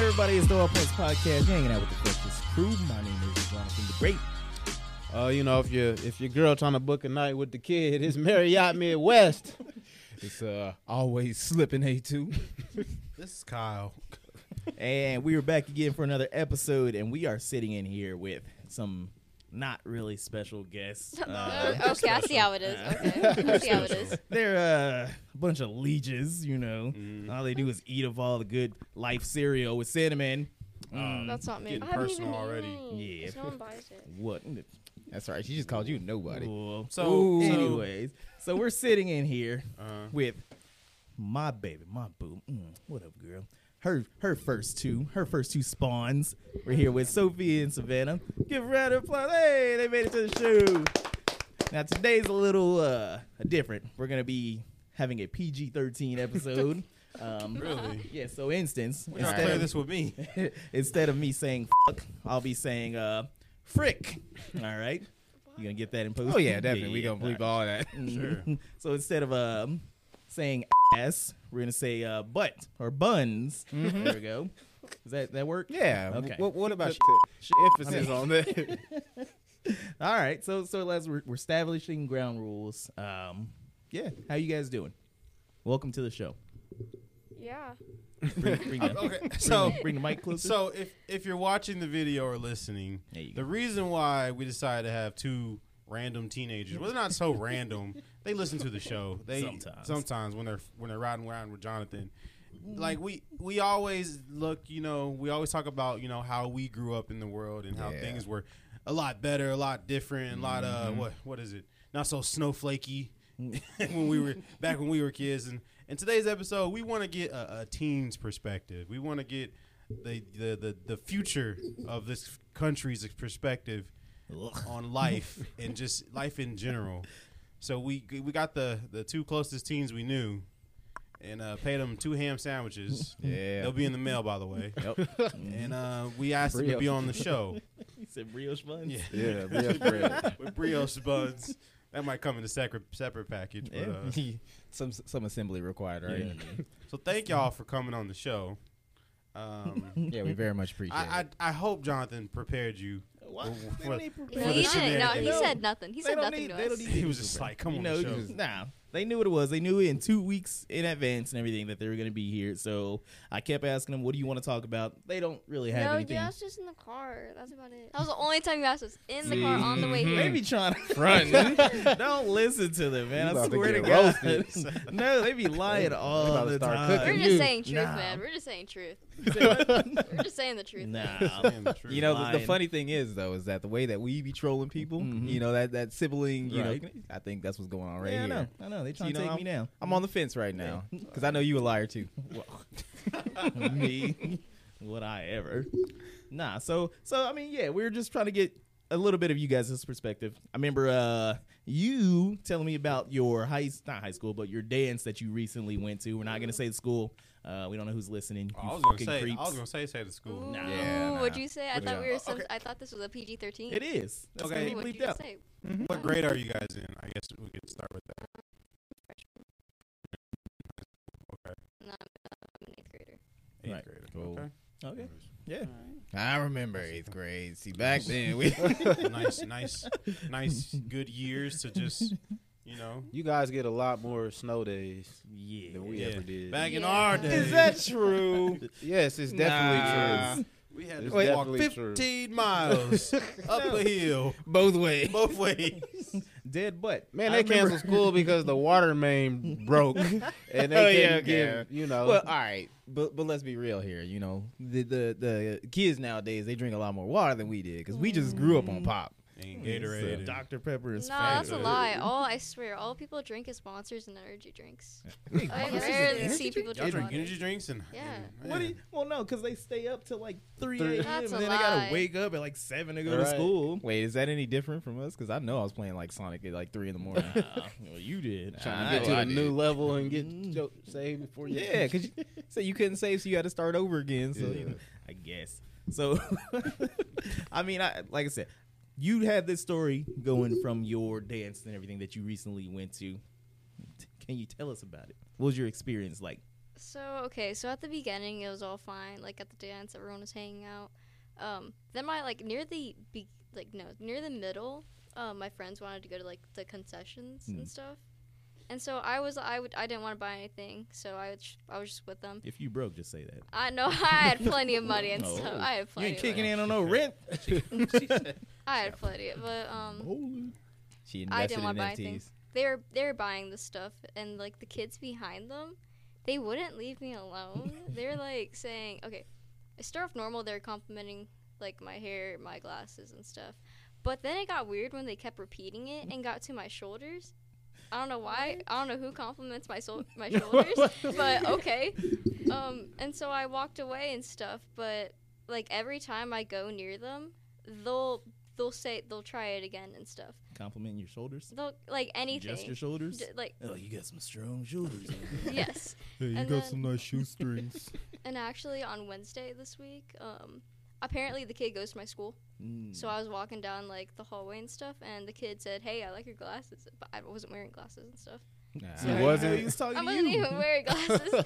All Points Podcast. You're hanging out with the Breakfast Crew. My name is Jonathan the Great. Oh, Uh, you know, if your if your girl trying to book a night with the kid, it's Marriott Midwest. It's uh always slipping A2. This is Kyle. and we are back again for another episode, and we are sitting in here with some not really special guests. Uh, okay, I see how it is. Okay, I see how it is. they're uh, a bunch of leeches, you know. All they do is eat of all the good life cereal with cinnamon. Um, That's not me. Getting personal already. Yeah. No one buys it. what? That's right. She just called you nobody. So- So, so- anyways, so we're sitting in here Uh, with my baby, my boo. Mm, what up, girl? Her her first two, her first two spawns. We're here with Sophie and Savannah. Give a round of applause. Hey, they made it to the show. Now today's a little uh different. We're gonna be having a PG thirteen episode. Um, really? yeah. So instance, We're not clear this with me. instead of me saying fuck, I'll be saying uh frick. All right. You gonna get that in post? Oh yeah, definitely. we gonna yeah. bleep all that. Sure. so instead of um saying ass, we're gonna say uh butt or buns. There we go. Does that that work? Mm-hmm. Yeah. Okay. Okay. What, what about Just sh- emphasis on that? All right. So so Les, we're, we're establishing ground rules. Um, yeah. How you guys doing? Welcome to the show. Yeah. Bring, bring, the, Okay. So bring the mic closer. so if if you're watching the video or listening, There you go. the reason why we decided to have two random teenagers, well, they're not so random. They listen to the show. They Sometimes. sometimes, when they're when they're riding around with Jonathan. Like we we always look, you know, we always talk about you know how we grew up in the world and how Yeah. things were a lot better, a lot different, a lot uh what what is it? Not so snowflakey when we were back when we were kids. And in today's episode, we want to get a, a teen's perspective. We want to get the, the the the future of this country's perspective Ugh. on life and just life in general. So we we got the the two closest teens we knew, and uh, paid them two ham sandwiches. Yeah. They'll be in the mail, by the way. Yep. And uh, we asked them to be on the show. he said brioche buns. Yeah, yeah. That's real. with brioche buns. That might come in a separate separate package. But, uh, some some assembly required, right? Yeah. so thank y'all for coming on the show. Um, Yeah, we very much appreciate I, it. I I hope Jonathan prepared you. What? They need For- No, the he preparation. didn't. No, shenanigans. he said nothing. He They said don't nothing need- to they us. don't need- He was just like, "Come you on know, the you show." just- nah. They knew what it was. They knew in two weeks in advance and everything that they were going to be here. So I kept asking them, "What do you want to talk about?" They don't really have no, anything. yeah, it's just in the car. That's about it. That was the only time you asked us in the car on the way here. They be trying to Front. don't listen to them, man. You I about to swear to get God. roasted. no, they be lying all about to the start time. We're cooking just saying truth, uh, Nah. man. We're just saying truth. We're just saying the truth. nah. Damn, the truth. You know, the, the Lying. funny thing is though, is that the way that we be trolling people, Mhm. you know, that that sibling, you know, Right. I think that's what's going on right yeah, I here. know. I know. They trying You to know, take me down. I'm on the fence right now because I know you a liar too. Well, me, would I ever? Nah. So, so I mean, yeah, we were just trying to get a little bit of you guys' perspective. I remember uh, you telling me about your high, not high school, but your dance that you recently went to. We're not gonna say the school. Uh, we don't know who's listening. Oh, I you was gonna fucking say, creeps. I was gonna say, say the school. Ooh, Nah. Yeah, nah. what'd you say? I What'd thought you- we were. Some, okay. I thought this was a PG thirteen. It is. That's Okay. gonna What be did bleeped you out. say? What grade are you guys in? I guess we could start with that. No, I'm, I'm an eighth grader. Eighth Right. grade. Cool. Mm-hmm. Okay. Yeah. I remember eighth grade. See, back then we. Okay. nice, nice, nice, good years to just, you know, You guys get a lot more snow days Yeah. than we Yeah. ever did. back in Yeah. our day. Is that true? yes, it's definitely Nah. true. we had to It's walk definitely true. 15 miles up a hill Both ways. both ways. Dead butt. Man, I they remember- canceled school because the water main broke, and they couldn't Oh, yeah, okay. give you know. Well, all right, but but let's be real here. You know, the the, the kids nowadays they drink a lot more water than we did because we just grew up on Mm. pop. And Gatorade. and- Dr. Pepper No, is that's a fake. lie. All I swear, all people drink is sponsors and energy drinks. I Monsters and rarely energy see people Y'all drink. drink water. energy drinks and Yeah. and- What do you, well, no, because they stay up till like 3 Three. a.m. and That's then a they got to lie. wake up at like 7 to go to Right. school. Wait, is that any different from us? Because I know I was playing like Sonic at like three in the morning. well, you did. trying I to get know to I a new did. level and get Mm. jo- saved before you. Mm-hmm. yeah, because so you couldn't save, so you had to start over again. So Yeah. I guess. So, I mean, I like I said, you had this story going from your dance and everything that you recently went to. T- Can you tell us about it? What was your experience like? So okay, so at the beginning it was all fine. Like at the dance, everyone was hanging out. Um, then my like near the be- like no near the middle, um, my friends wanted to go to like the concessions Mm. and stuff, and so I was I would I didn't want to buy anything, so I was j- I was just with them. If you broke, just say that. I know I had plenty of money and Oh. stuff. I had You plenty. ain't of kicking money. in on no rent. I had plenty, of- but um, Holy. She I invested didn't in want to buy anything. NFTs. They were they were buying the stuff, and like the kids behind them, they wouldn't leave me alone. They're like saying, "Okay, I start off normal. They're complimenting like my hair, my glasses, and stuff." But then it got weird when they kept repeating it and got to my shoulders. I don't know why. I don't know who compliments my so- my shoulders, but okay. Um, and so I walked away and stuff. But like every time I go near them, they'll they'll say they'll try it again and stuff. Compliment your shoulders. They'll like anything. Just your shoulders. J- like Oh, you got some strong shoulders. yes. Hey, you And got then- some nice shoestrings. And actually, on Wednesday this week, um, apparently the kid goes to my school. Hmm. Mm. So I was walking down like the hallway and stuff, and the kid said, "Hey, I like your glasses," but I wasn't wearing glasses and stuff. So He how you wasn't- know He was talking I to wasn't you. even wearing glasses.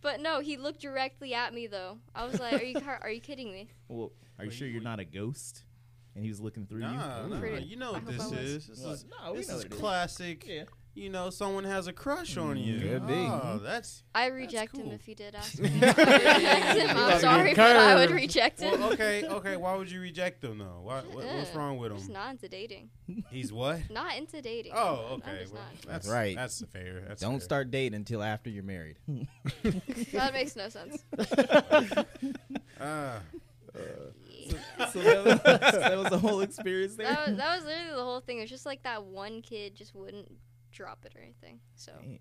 but no, he looked directly at me though. I was like, "Are you car- are you kidding me?" Well, are you sure you're not a ghost? And he was looking through Nah, you. nah, Pretty. you know I what hope I this was. is. This Well, is no, we this know is what it is. Mm, classic. Yeah. You know, someone has a crush on you. Could be. Oh, that's I reject cool. him if he did ask me. I would reject him. I'm sorry, but I would reject him. well, okay, okay. Why would you reject them though? Why, what, what's Yeah. wrong with Just him? not into dating. He's what? Not into dating. Oh, I'm okay. just Well, not. that's right. That's fair. That's Don't fair. start dating until after you're married. That makes no sense. Ah, so that was, that was the whole experience there. that was, that was literally the whole thing. It was just like that one kid just wouldn't drop it or anything. So Dang.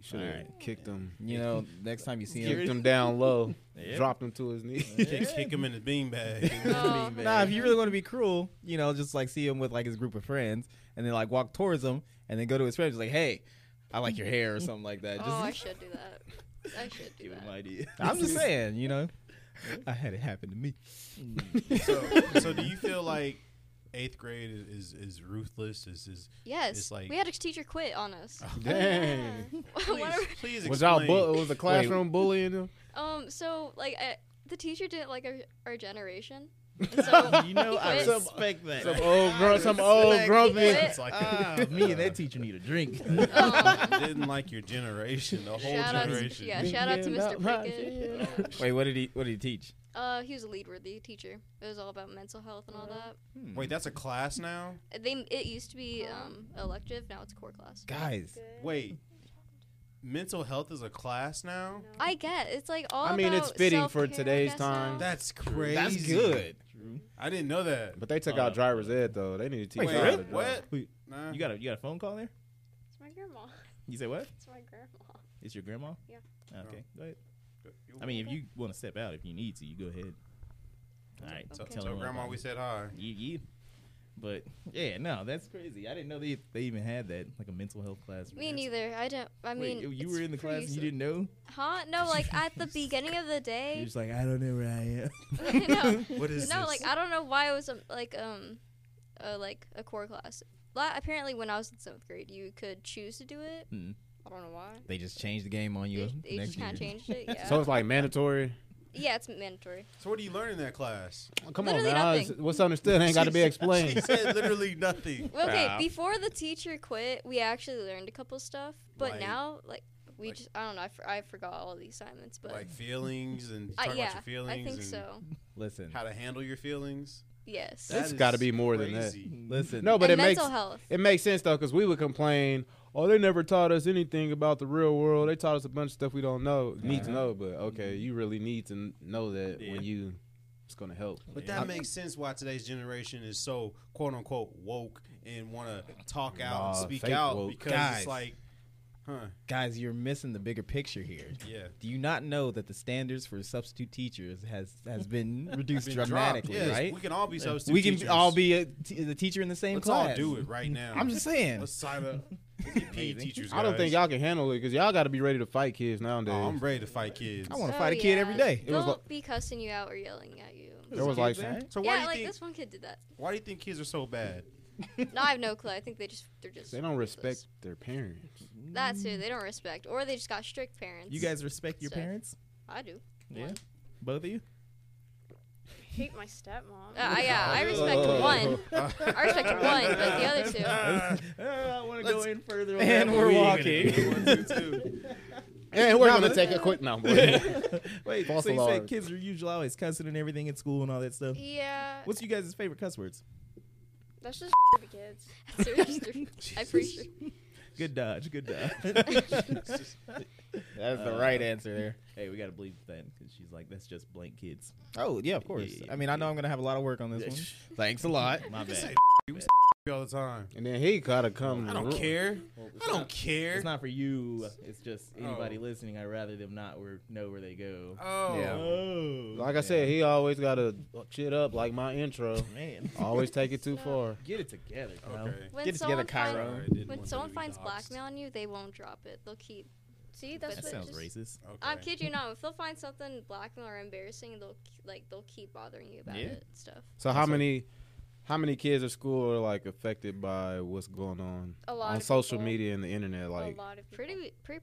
Should have kicked him, You know, next time you see him, kicked him down low, Yeah. dropped him to his knees. kick, kick him in his beanbag. No. Nah, if you really want to be cruel, you know, just like see him with like his group of friends, and then like walk towards him, and then go to his friends like, "Hey, I like your hair" or something like that. Just, oh, I should do that. I should do Give him that. idea. I'm just saying, you know, I had it happen to me. so, so do you feel like eighth grade is is, is ruthless? Is is Yes, It's like- Oh, we had a teacher quit on us. Dang. One please, of- please Was y'all explain. bu- was the classroom bullying him? um, so like I, the teacher didn't like our, our generation. And so You know, I Yes. respect that. Some oh old grown, some old grumpy. What? It's like uh, Ah, me and that teacher need a drink. um, didn't like your generation, the whole shout out, to, generation. yeah, shout out to Thinking Mr. about my Prickett. Wait, what did he? What did he teach? Uh, he was a lead worthy teacher. It was all about mental health and all that. Hmm. Wait, that's a class now. They it used to be um elective, now it's core class. Guys, Wait, mental health is a class now. I get it's like all. I mean, it's about fitting for self-care, I today's guess, time. now. That's crazy. that's good. I didn't know that. But they took out driver's ed though. They need to teach Wait, y'all to what? what? Wait, Nah. You got a you got a phone call there? It's my grandma. You say what? It's my grandma. It's your grandma? Ah, Yeah. Okay. Go ahead. I mean, if you want to step out, if you need to, you go ahead. All right. so, tell so her what grandma, about we it. said hi. You, you. But yeah, no, that's crazy. I didn't know they they even had that like a mental health class. Me neither. I don't. I Wait, mean, you- you it's were in the class pretty and you didn't sim- know. Huh? No, like at the beginning of the You're day. just like, I don't know where I am. no, What is no, this? like I don't know why it was um, like um, uh, like a core class. La- apparently, when I was in seventh grade, you could choose to do it. Hmm. I don't know why. They just changed the game on They, you. they next just kind year. of changed it. Yeah. So it's like mandatory. yeah, it's mandatory. so what do you learn in that class? Come Literally on now, nothing. It's- what's understood ain't got to be She explained. said literally nothing. Well, okay, Yeah. before the teacher quit, we actually learned a couple stuff, but Like- now like we like- just I don't know. I, for- I forgot all the assignments, but Like feelings and I, talk Uh, yeah, about your feelings. I think and so. Listen, How to handle your feelings. Yes. That's That gotta is be more than that. crazy. listen. No, but and it makes mental health. it makes sense though, because we would complain. Oh, they never taught us anything about the real world. They taught us a bunch of stuff we don't know, need Uh-huh. to know. But okay, you really need to n- know that Yeah. when you, it's gonna help. But that makes sense why today's generation is so quote unquote woke and want to talk out Nah, and speak fake out woke. because Guys. it's like, huh? guys, you're missing the bigger picture here. Yeah. Do you not know that the standards for substitute teachers has has been reduced Been dropped. dramatically? Yes, right? We can all be substitute we can teachers. all be a, t- the teacher in the same Let's class. all do it right now. I'm just saying. Let's sign up. Let's get PE teachers. I don't guys. think y'all can handle it because y'all got to be ready to fight kids nowadays. Oh, I'm ready to fight kids. I want to Oh, fight a kid yeah. every day. It was Don't like- be cussing you out or yelling at you. there was like Kids, right? So why Yeah, do you like think this one kid did that. why do you think kids are so bad? no, I have no clue. I think they just they're just They don't ruthless. respect their parents. That's who they don't respect, or they just got strict parents. You guys respect your Stuff. parents? I do. Yeah. Both of you? I hate my stepmom. Uh, I- yeah, I respect one. I respect one, but the other two. Uh, I want to go go in further. And we're walking. And we're gonna take a quick number. Wait, False so you say alarm. kids are usually always cussing and everything in school and all that stuff. Yeah. What's you guys' favorite cuss words? That's just for kids. That's what it's through. I'm pretty sure. Good dodge, good dodge. That's the right Uh-huh. answer there. hey, we gotta bleep that because she's like, that's just blank kids. Oh yeah, of course. Yeah, yeah, I mean, I know I'm gonna have a lot of work on this one. Thanks a lot. My bad. all the time. And then he gotta come. Oh, I don't care. I don't care. It's not for you. It's just anybody Oh. listening. I'd rather them not where, know where they go. oh, Yeah. Oh, Like I said, he always gotta shit up like my Oh, intro. man, Always take it too far. get it together. Kyle. okay. When Get it someone together, Cairo. Finds, Sorry, I didn't when want someone to be finds doxxed. blackmail on you, they won't drop it. They'll keep. See, that's That what Sounds just, racist. Okay. I'm kid you not. If they'll find something blackmail or embarrassing, they'll ke- like they'll keep bothering you about Yeah. it and stuff. So how many, how many kids at school are like affected by what's going on a lot on of social people. media and the internet? Like, a lot of people. Pretty pretty.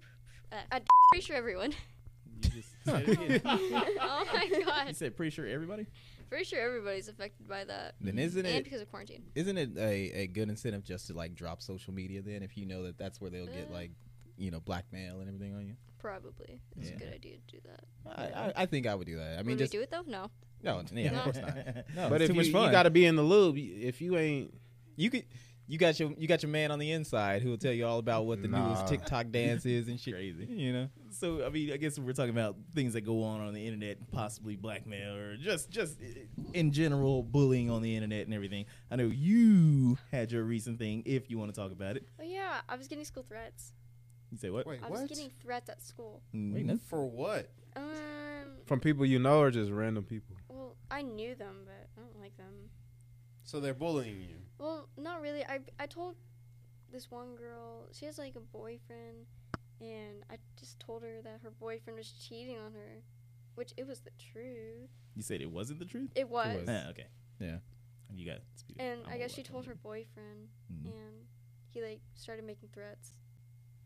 Uh, I- pretty sure everyone. You just said it again. oh my You god. said pretty sure everybody. Pretty sure everybody's affected by that, Then isn't and it because of quarantine. isn't it a, a good incentive just to like drop social media then if you know that that's where they'll get Uh. like you know blackmail and everything on you? Probably. It's Yeah. a good idea to do that. I, I, I think I would do that. I I mean, mean, just we do it though? No. no, yeah, of course not. No, but it's if too you, much you fun. gotta be in the loop, if you ain't, You could. You got your you got your man on the inside who will tell you all about what the Nah. newest TikTok dance is and shit. Crazy. You know. So I mean, I guess we're talking about things that go on on the internet, possibly blackmail or just just eh, in general bullying on the internet and everything. I know you had your recent thing. If you want to talk about it, Oh yeah, I was getting school threats. you say what? Wait, I was what? getting threats at school. Mm, no. For what? Um, from people you know or just random people. well, I knew them, but I don't like them. So they're bullying you. Well, not really. I I told this one girl she has like a boyfriend, and I just told her that her boyfriend was cheating on her, which it was the truth. You said it wasn't the truth. It was. was. Ah, okay. Yeah. You got. Speed. And I'm I guess all she up. Mm-hmm. told her boyfriend, Mhm. and he like started making threats.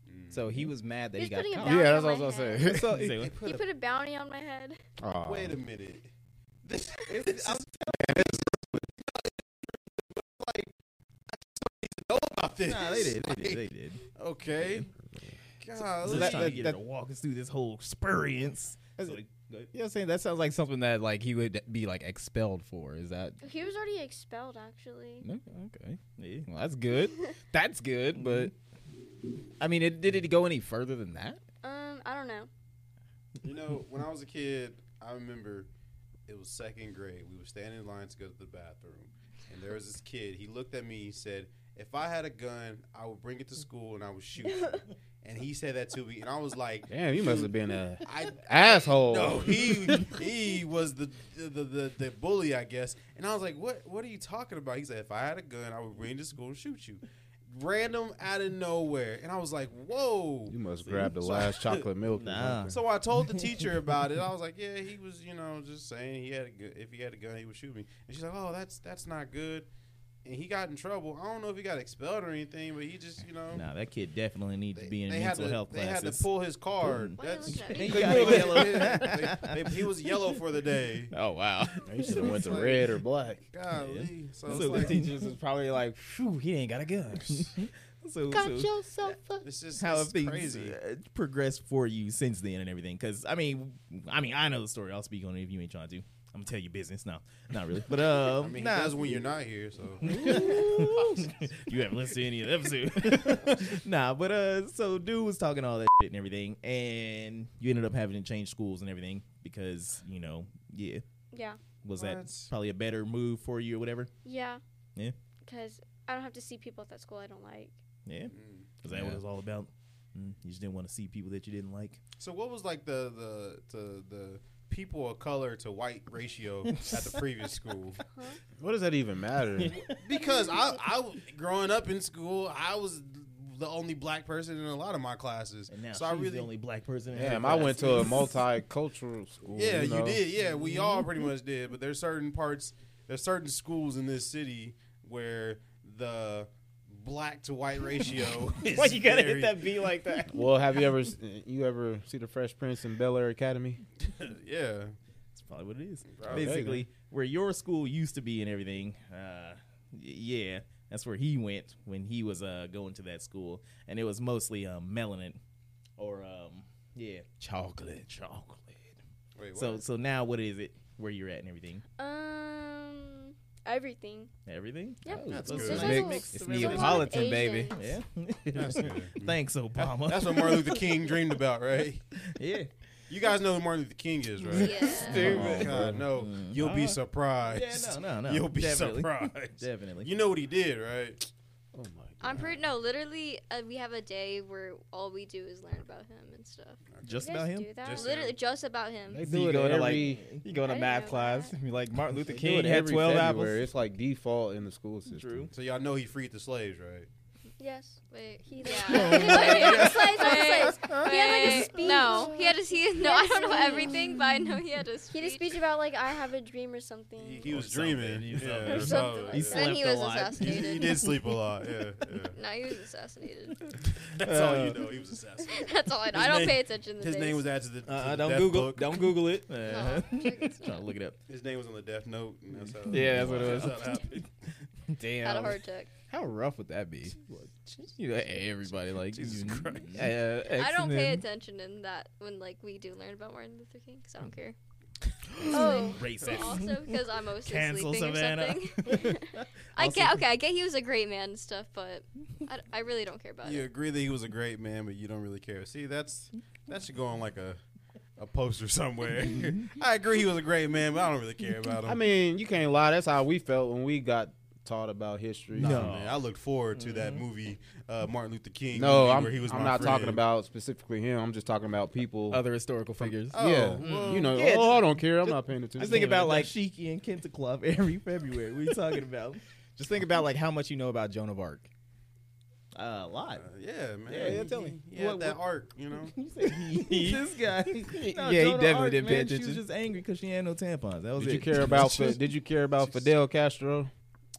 Mm. So he was mad that He's he got putting a caught. bounty Yeah, on that's what I my was gonna say. head. e, So You say what? They put He a- put a bounty on my head. Aw. Wait a minute. This, this is, like, I just don't need to know about this. Nah, they did. They did. They did. Okay. God, So that- trying to get that- her that- to walk us through this whole experience. That's So it. they- go- You know what I'm saying? That sounds like something that like he would be like expelled for. Is that He was already expelled, actually. no? Okay. yeah. Well, that's good. that's Mm-hmm. good, but I mean, it, did it go any further than that? Um, I don't know. You know, when I was a kid, I remember it was second grade. We were standing in line to go to the bathroom, and there was this kid. He looked at me. He said, "If I had a gun, I would bring it to school and I would shoot." you." and he said that to me, and I was like, Damn, Oh. you must have been a "I." asshole. No, he he was the the, the the bully, I guess. And I was like, "What? What are you talking about?" He said, "If I had a gun, I would bring it to school and shoot you." Random out of nowhere, and I was like, "Whoa!" You must grab the last chocolate milk. or Nah. something. So I told the teacher about it. I was like, "Yeah, he was, you know, just saying he had a gun. If he had a gun, he would shoot me." And she's like, "Oh, that's that's not good." And he got in trouble. I don't know if he got expelled or anything, but he just, you know, Nah, that kid definitely needs they, to be in they had mental to health they classes. had to pull his card. Why are you That's looking at He me? got They- yellow. they- they- he was yellow for the day. Oh wow! You should have went to red or black. Golly, so, it's so the like, teachers is probably like, "Phew, he ain't got a gun." so, so yourself a. it's just how have it's things crazy. uh, progressed for you since then and everything? Because I mean, I mean, I know the story. I'll speak on it if you ain't trying to. I'm gonna tell you business. No, not really. But um, I mean, nah. he does when you're not here. So you haven't listened to any of the episode. nah, but uh, so dude was talking all that shit and everything, and you ended up having to change schools and everything because you know, yeah, Yeah, was that What? probably a better move for you or whatever? yeah. Yeah. Because I don't have to see people at that school I don't like. Yeah, Mm. was that what Yeah. it was all about? Mm, you just didn't want to see people that you didn't like. so what was like the the the, the people of color to white ratio at the previous school? What does that even matter? because I, I w- growing up in school, I was the only black person in a lot of my classes. And now so she's I really, the only black person. in her Damn, I went to a class. multicultural school. yeah, you, know? did, yeah, we all pretty much did. But there's certain parts, there's certain schools in this city where the black to white ratio. is Why you gotta very- hit that B like that? Well, have you ever s- you ever see the Fresh Prince and Bel Air Academy? yeah. That's probably what it is. Probably. Basically, where your school used to be and everything. Uh, y- yeah, that's where he went when he was uh, going to that school, and it was mostly um, melanin or um, yeah, chocolate, chocolate. Wait, So, so now what is it? Where you're at and everything? Um, everything. Everything? Yeah. Oh, That's so good. it's There's like also- mixed It's around. there's a lot of Neapolitan, baby. Asians. Yeah. That's good. Thanks, Obama. That's what Martin Luther King dreamed about, right? yeah. You guys know who Martin Luther King is, right? Yeah. Oh, God, no. You'll be surprised. Yeah, no, no, no. You'll be Definitely. surprised. Definitely. You know what he did, right? I'm pretty no. Literally, uh, we have a day where all we do is learn about him and stuff. Just You about guys him. do that? Just- Literally, just about him. They So you do it go to like every. you go I to didn't math know class. that. You're like Martin Luther they do it King had every twelve February. apples. It's like default in the school system. True. So y'all know he freed the slaves, right? Yes. Wait, He yeah. Wait, Oh, wait, wait, Wait, slides, slides. He had like a wait, speech. No, he had a he. No, I don't know speech. everything, but I know he had a speech. He had a speech about like I have a dream or something. He, he Or was something. dreaming. He was Yeah, something. Or something probably. like He's- that. And he was Slept a lot. He, assassinated. he did sleep a lot. Yeah, yeah. No, he was assassinated. That's all you know. He was assassinated. That's all I know. His I don't name- pay attention to His dates. name was added to the, to Uh, Uh-uh, the don't death Google. book. Don't Google it. No, it's Trying to not. look it up. His name was on the death note. And that's how, Yeah, that's what it was. That's how it happened. Damn. Had a heart attack. How rough would that be? You know, hey, everybody like Jesus you- Christ. uh, X I don't and pay then- attention in that when like we do learn about Martin Luther King because I don't care. Oh. But Racist. also because I'm mostly Cancel sleeping Savannah. or something. I get okay. I get he was a great man and stuff, but I, I really don't care about You it. agree that he was a great man, but you don't really care. See, that's that should go on like a a poster somewhere. I agree he was a great man, but I don't really care about him. I mean, you can't lie. That's how we felt when we got taught about history. Nah, No. man, I looked forward to that movie, uh, Martin Luther King. No, movie I'm, where he was I'm my not friend. talking about specifically him. I'm just talking about people. other historical figures. Oh, yeah, well, you know. Yeah, oh, just- I don't care. I'm not paying attention. just think about like Dashiki and Kenta Club every February. What are you talking about? just think about like how much you know about Joan of Arc. Uh, a Uh, lot. yeah, man. Yeah, yeah, tell He- me. he had What- that what- arc, you know. You say he- this guy. No, Yeah, he Joan of definitely Arc, didn't pay man, She attention. was just angry because she had no tampons. That was Did it. you care about? Fi- did you care about Fidel Castro?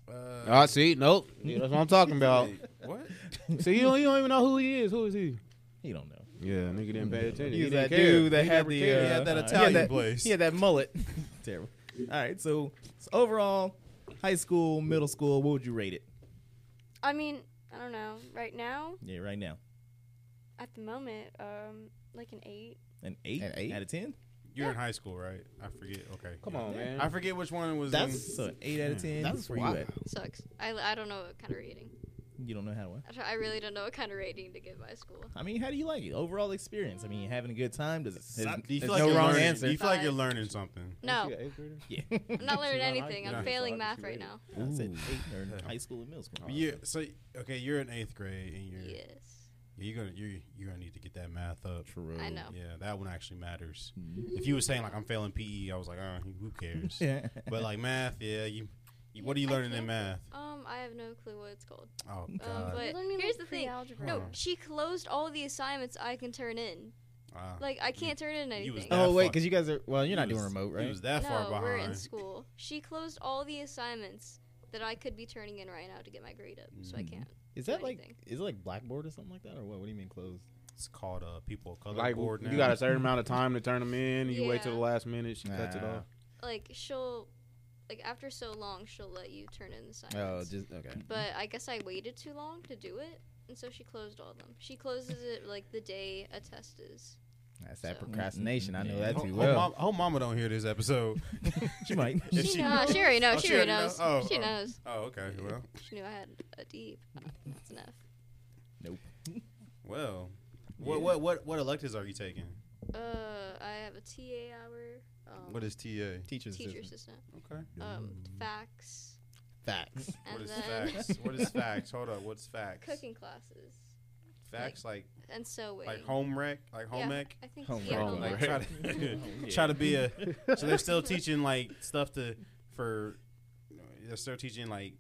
Uh, I see. Nope. Yeah, that's what I'm talking Oh, about. wait, what? See, you don't, you don't even know who he is. Who is he? He don't know. Yeah, nigga didn't pay attention. He was didn't that care. dude that He had never the, cared. He uh, had that he had Italian that- place. He had that mullet. Terrible. All right, so, so overall, high school, middle school, what would you rate it? I mean, I don't know. Right now, Yeah, right now, at the moment, um, like an eight. an eight, An eight? out of ten. You're in high school, right? I forget. Okay. Come on, man. I forget which one was. That's so an eight out of ten. That's where wild. you at. Sucks. I, I don't know what kind of rating. You don't know how to. I, don't- I really don't know what kind of rating to give my school. I mean, how do you like it? Overall experience. I mean, having a good time. Does it? in, Suck? do you feel there's like no you're wrong learning- answer. Do you feel like you're Five. learning something? No, Is he an eighth grader? Yeah. I'm not learning not high- anything. no, I'm it's failing not high math school right rating. now. I said eight or in high school and middle Oh, school. Yeah. So okay, you're in eighth grade, and you're Yes. you're gonna you're you're gonna need to get that math up. True. I know. Yeah, that one actually matters. Mm-hmm. If you were saying like I'm failing PE, I was like, uh, who cares? Yeah. But like math, yeah, you, you what are you I learning in can't- math? Um, I have no clue what it's called. Oh Um, god. but You're learning, here's like, the thing. pre-algebra. No, Oh. she closed all the assignments I can turn in. Ah. Like I can't turn in you was anything. Oh That wait, fuck- because you guys are well, He you're not doing was- remote, He right? was that far no, behind. we're in school. She closed all the assignments that I could be turning in right now to get my grade up, so I Hmm. Mm. can't. Is do that like anything. is it like Blackboard or something like that, or what? What do you mean closed? It's called uh, people of color Like board now. you got a certain amount of time to turn them in. and You wait till the Yeah. last minute. She cuts it Nah. off. Like she'll, like after so long, she'll let you turn in Oh, assignments. just okay. but I guess I waited too long to do it, and so she closed all of them. She closes it like the day a test is. That's that So- procrastination. I know that Hope, too hope well. mom- hope mama don't hear this episode. she might. If She, she- knows. She already knows. Oh, she, she already already knows. know? Oh, she oh. knows. Oh, okay. Well, She knew I had a deep. That's enough. well. What what what what electives are you taking? Uh, I have a TA hour. Um, What is TA? Teachers teacher assistant. assistant? Okay. Um, facts. facts. And what is then facts? What is facts? Hold up. What's facts? cooking classes Facts like and sewing. like home rec, like home yeah, ec. I think Home yeah, rec. home Like rec. try to try to be a. So they're still teaching like stuff to for. They're still teaching like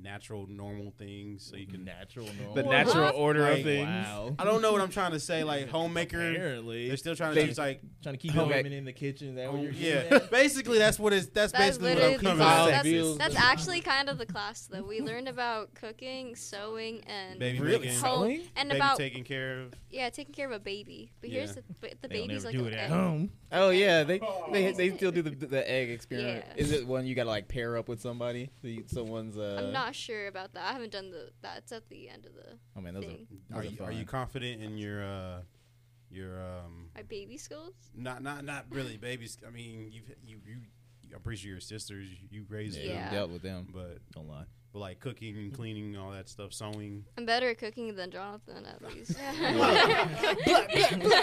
natural, normal things. So you can. natural The normal. natural order of Like, things. wow. I don't know what I'm trying to say. Like homemaker. Apparently, They're still trying They- to choose like trying to keep Okay. women in the kitchen. Is That Oh, what you're getting yeah. at? basically, that's what is. That's, That's basically what I'm literally the coming class. out. That's, Bills. that's actually kind of the class though. We learned about cooking, sewing, and Baby Really? making, home, Sewing? and baby about taking care of. yeah, taking care of a baby. But here's the but the They don't baby's ever like do an it at egg. Oh. Home. Oh yeah, they they, they still do the, the egg experiment. Yeah. Is it one you gotta like pair up with somebody? The- Someone's. Uh, I'm not sure about that. I haven't done the that's at the end of the Oh man, those are. thing. Those Are are you, are fine. you confident in your uh, your um, My baby skills. not not not really babies? I mean, you've, you you you. I'm pretty sure your sisters you raised Yeah, you Yeah. them, dealt with them. but Don't lie. but like cooking and cleaning, all that stuff, sewing. I'm better at cooking than Jonathan at least.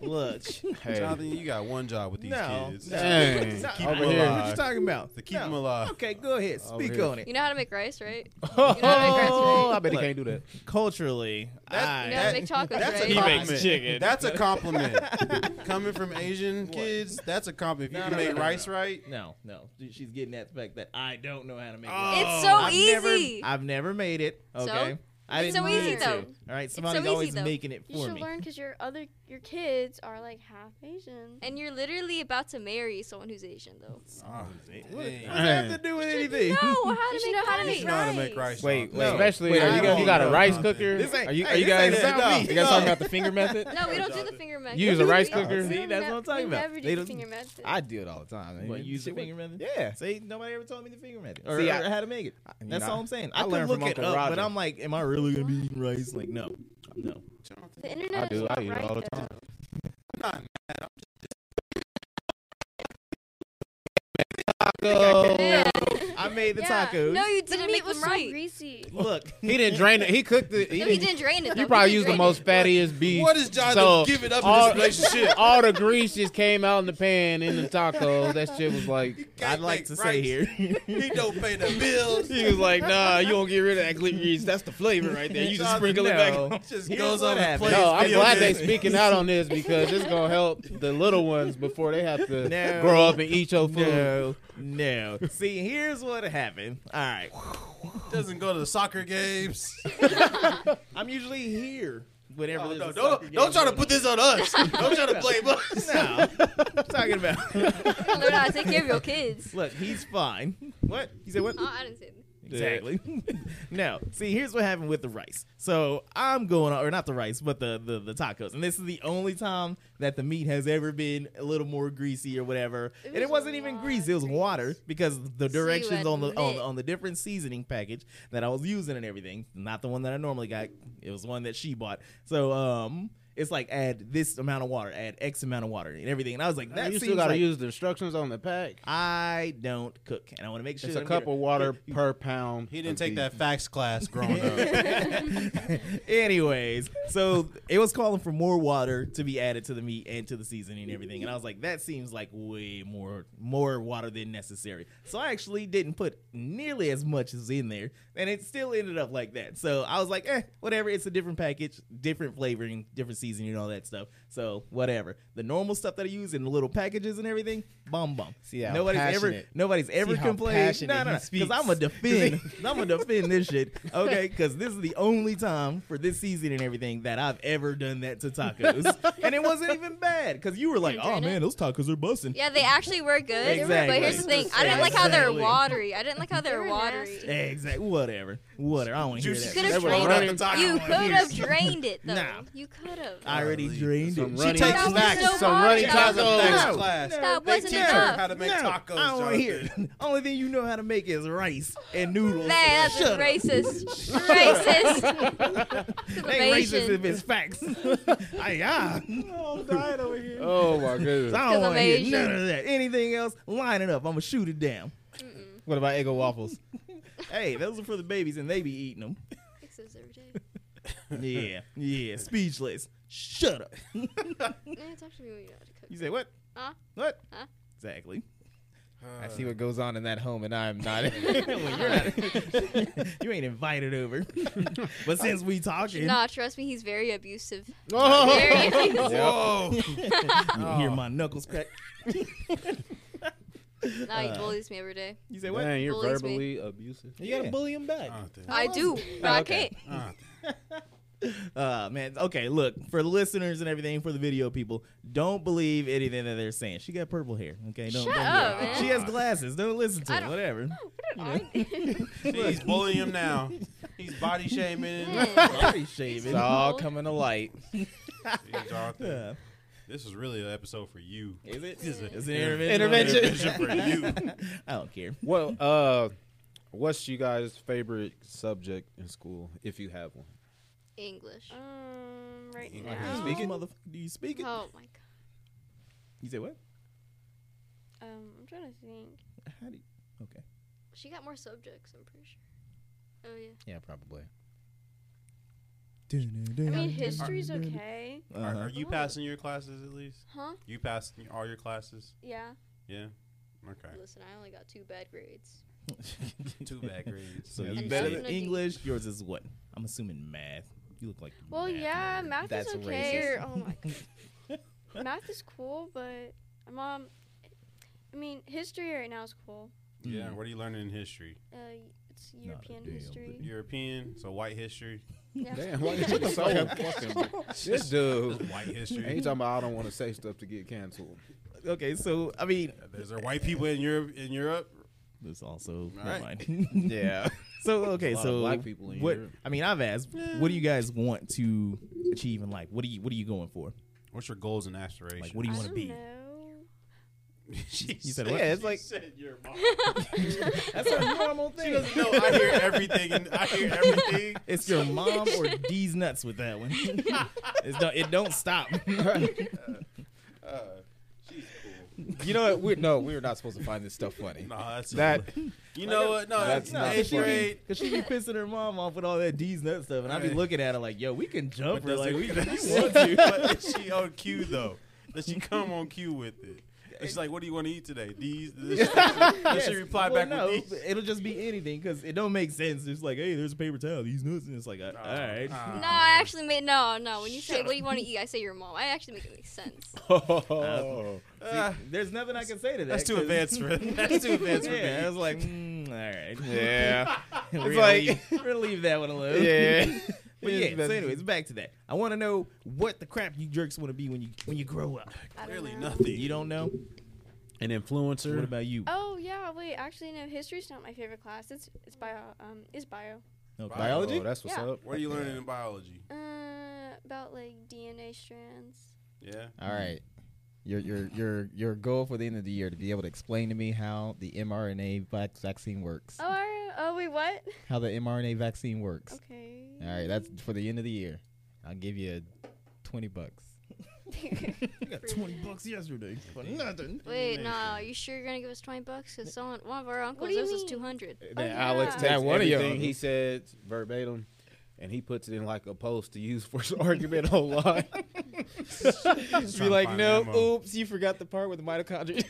Look. Hey. Jonathan, you got one job with these No. kids. No. Dang. Stop. Keep Over 'em here. What alive. you talking about? To keep No. them alive. Okay, go ahead. Over Speak here. on it. you know how to make rice, right? Oh, You know how to make rice, right? I bet he Look. can't do that. Culturally, You That- know how to make chocolate, That's a right? He compliment. makes chicken. That's a compliment coming from Asian kids. That's a compliment. If No, you can no, no, make no, rice right, no, no. She's getting at the fact that I don't know how to make. Oh. rice. It's so I've never- easy. I've never made it. So? Okay. I It's didn't so easy, need though. To. All right, so somebody's easy, always though. making it You for should me. learn because your other your kids are like half Asian. and you're literally about to marry someone who's Asian, though. oh, Ah. What does dang. that have to do with anything? No, how to You should make know how to rice. make you know how to make rice. Rice. Wait, Jonathan. wait. No. Especially, Wait, are I you, guys, don't you got a know rice nothing. cooker? This ain't- are you, hey, are you this ain't guys, about me. you guys talking No. about the finger method? No, we don't do the finger method. You use a rice We- cooker? See, that's what I'm talking we about. Never They do the don't- finger method. I do it all the time. I mean, What, use the shit, what- finger method? Yeah. See, nobody ever told me the finger method or, See, or I- how to make it. mean, That's I- all I'm saying. I I, could learned look from it Uncle up, but Roger. I'm like, am I really gonna be eating rice? Like, no, no. the I internet is do. not I eat it right, all the though. time. Yeah. I made the Yeah. tacos. No, you The didn't meat make was them so right. greasy. Look, He didn't drain it. He cooked it. He No, you didn't- didn't drain it. though. You We probably didn't used the drain most it. fattiest beef. What is Jonathan So, giving up all- in this relationship? All the grease just came out in the pan in the taco. That shit was like. I'd like make to say rice. here. he don't pay the bills. He was like, nah, you don't get rid of that grease. That's the flavor right there. You just sprinkle it back. No. on. Just Here's goes what on and happened. plays No, I'm video glad they games. speaking out on this because it's gonna help the little ones before they have to No. grow up and eat your food. No, no. See, here's what happened. All right. doesn't go to the soccer games. I'm usually here whenever Oh, there's no, a soccer don't game don't try to going put this on us. Don't try to blame us. on. No. I'm talking about. Learn how to take care of your kids. Look, he's fine. What? You said what? Oh, I didn't say that. Exactly. no. See, here's what happened with the rice. So I'm going on, or not the rice, but the, the the tacos. And this is the only time that the meat has ever been a little more greasy or whatever. It and it was wasn't a even lot greasy; it was of water grease. because the So you directions on the on, admit- on the different seasoning package that I was using and everything. Not the one that I normally got. It was one that she bought. So um. It's like add this amount of water, add X amount of water, and everything. And I was like, that you seems still gotta like use the instructions on the pack. I don't cook, and I want to make sure It's that a I'm cup getting- of water per pound. He of didn't take beef. that facts class growing up. Anyways, so it was calling for more water to be added to the meat and to the seasoning and everything. And I was like, that seems like way more more water than necessary. So I actually didn't put nearly as much as in there. And it still ended up like that. So I was like, eh, whatever. It's a different package, different flavoring, different seasoning, and all that stuff. So whatever. The normal stuff that I use in the little packages and everything, bomb bomb. See how nobody's ever passionate- nobody's ever how complained. No, passionate no, he no. Because speaks. I'm a defend. I'm gonna defend this shit, okay? Because this is the only time for this season and everything that I've ever done that to tacos, and it wasn't even bad. Because you were like, "Oh Enjoyed it? man, those tacos are busting." Yeah, they actually were good. Exactly. But here's the thing. I didn't like how they're watery. I didn't like how they're They were watery. nasty. Exactly. Whatever. Whatever. I don't want to hear Juicy that. You could They have were running drained it. tacos. You could have Years. drained it though. Nah. You could have. I already Golly. drained Some it. runny, takes That was back so some hard. runny That That's was a facts tacos. No. class. That they wasn't teach her enough. how to make No, tacos. I don't want to hear. Jonathan. it. Only thing you know how to make is rice and noodles. Man, that's Shut up. racist. Racist. Oh, Ain't racist if Asian. it's facts. ah. Aye, aye. Oh my goodness. I don't Because I'm want to hear Asian. none of that. Anything else, line it up. I'm gonna shoot it down. What about egg waffles? Hey, those are for the babies, and they be eating them. Fixes every day. Yeah, yeah. Speechless. Shut up. No, it's actually really hard to cook. You say what? Huh? What? Huh? Exactly. I see what goes on in that home, and I'm not. Well, you're not- you ain't invited over. but since we talking, Nah, trust me, he's very abusive. Oh, Very abusive. Whoa. Oh. you hear my knuckles crack. Nah, Uh. he bullies me every day. Uh, You say what? Dang, you're Bullies me. verbally abusive. You gotta Yeah. bully him back. I don't think. I do, but I okay. can't. Uh, Uh, man. Okay, look for the listeners and everything for the video people. Don't believe anything that they're saying. She got purple hair. Okay, don't. Shut don't up, do it. man. She has glasses. Don't listen to I it. don't- Whatever. see, he's bullying him now. He's body shaming. Mm. Body shaving. It's all coming to light. See, Jonathan, Yeah. This is really an episode for you. Is it? Is it? It's an intervention. Intervention. Intervention for I don't care. Well, uh, what's you guys' favorite subject in school, if you have one? English. Uh, Oh Um, right You Do you now. Um, speak it, motherfucker? Do you speak it? Oh my god. You say what? Um, I'm trying to think. How do you? Okay. She got more subjects, I'm pretty sure. Oh yeah. Yeah, probably. I mean, history's okay. you. Are, are Uh-huh. you passing your classes at least? Huh? You passing all your classes? Yeah. Yeah. Okay. Listen, I only got two bad grades. Uh-huh. Two bad grades. So you And better I'm than looking- English. Yours is what? I'm assuming math. You look like. Well, math yeah, nerd. math That's is okay. racist. or- Oh my god. math is cool, but my mom. I mean, history right now is cool. Yeah. Mm. What are you learning in history? Uh, it's a European damn history. European, so white history. Yeah. Damn, why you put so fucking? This dude. Just White Ain't history. talking about I don't want to say stuff to get canceled. Okay, so I mean, Is there white people in Europe? In Europe? there's also All never right. mind. Yeah. So okay, lot of so black people in what? Europe. I mean, I've asked, what do you guys want to achieve in life? What are you What are you going for? What's your goals and aspirations? Like, what do you I want to don't be? know. she You said Yeah, what? it's like said your mom. that's a normal She thing. doesn't know. I hear everything. and- I hear everything. It's your mom or D's nuts with that one. it's don't, it don't stop. Uh, she's cool. You know what? We're, no, we're not supposed to find this stuff funny. No, that's That You know what? No, That's that's not eighth funny. grade. Cause she be pissing her mom off with all that D's nut stuff, and I be Right. looking at her like, "Yo, we can jump But her does like it, we does you it- want to." but is she on cue though? Does she come on cue with it? She's like, "What do you want to eat today?" These. Does she, does she Yes. reply Well, back no, with but these? it'll just be anything because it don't make sense. It's like, hey, there's a paper towel, these nuts, and it's like, all right. No, I actually made no, no. When you say what do you want to eat, I say your mom. I actually make it make sense. Oh. Ah, there's nothing I can say to that. that's too 'cause- advanced for. That's too advanced for me. Yeah, I was like, mm, all right. Yeah. we're, It's gonna like- leave, we're gonna leave that one alone. Yeah. But yeah, It's so been- anyways, back to that. I want to know what the crap you jerks want to be when you when you grow up. I don't Clearly know. nothing. You don't know. an influencer. What about you? Oh yeah, wait. Actually, no. History's not my favorite class. It's it's bio. Um, is bio. Okay. biology? Oh, that's what's Yeah. Oh, up. What are you learning in biology? Uh, about like DNA strands. Yeah. All right. Your, your your your goal for the end of the year to be able to explain to me how the mRNA vac- vaccine works. Oh, I, oh wait, what? How the mRNA vaccine works. Okay. All right, that's for the end of the year. I'll give you twenty bucks. I got twenty bucks yesterday for nothing. Wait, no, are you sure you're gonna give us twenty bucks? Cause someone, one of our uncles do you owes us mean? two hundred. That yeah. Alex That takes one of y'all. everything he said verbatim, and he puts it in like a post to use for his argument online. Just Be trying to like, find no, ammo. oops, you forgot the part with the mitochondria.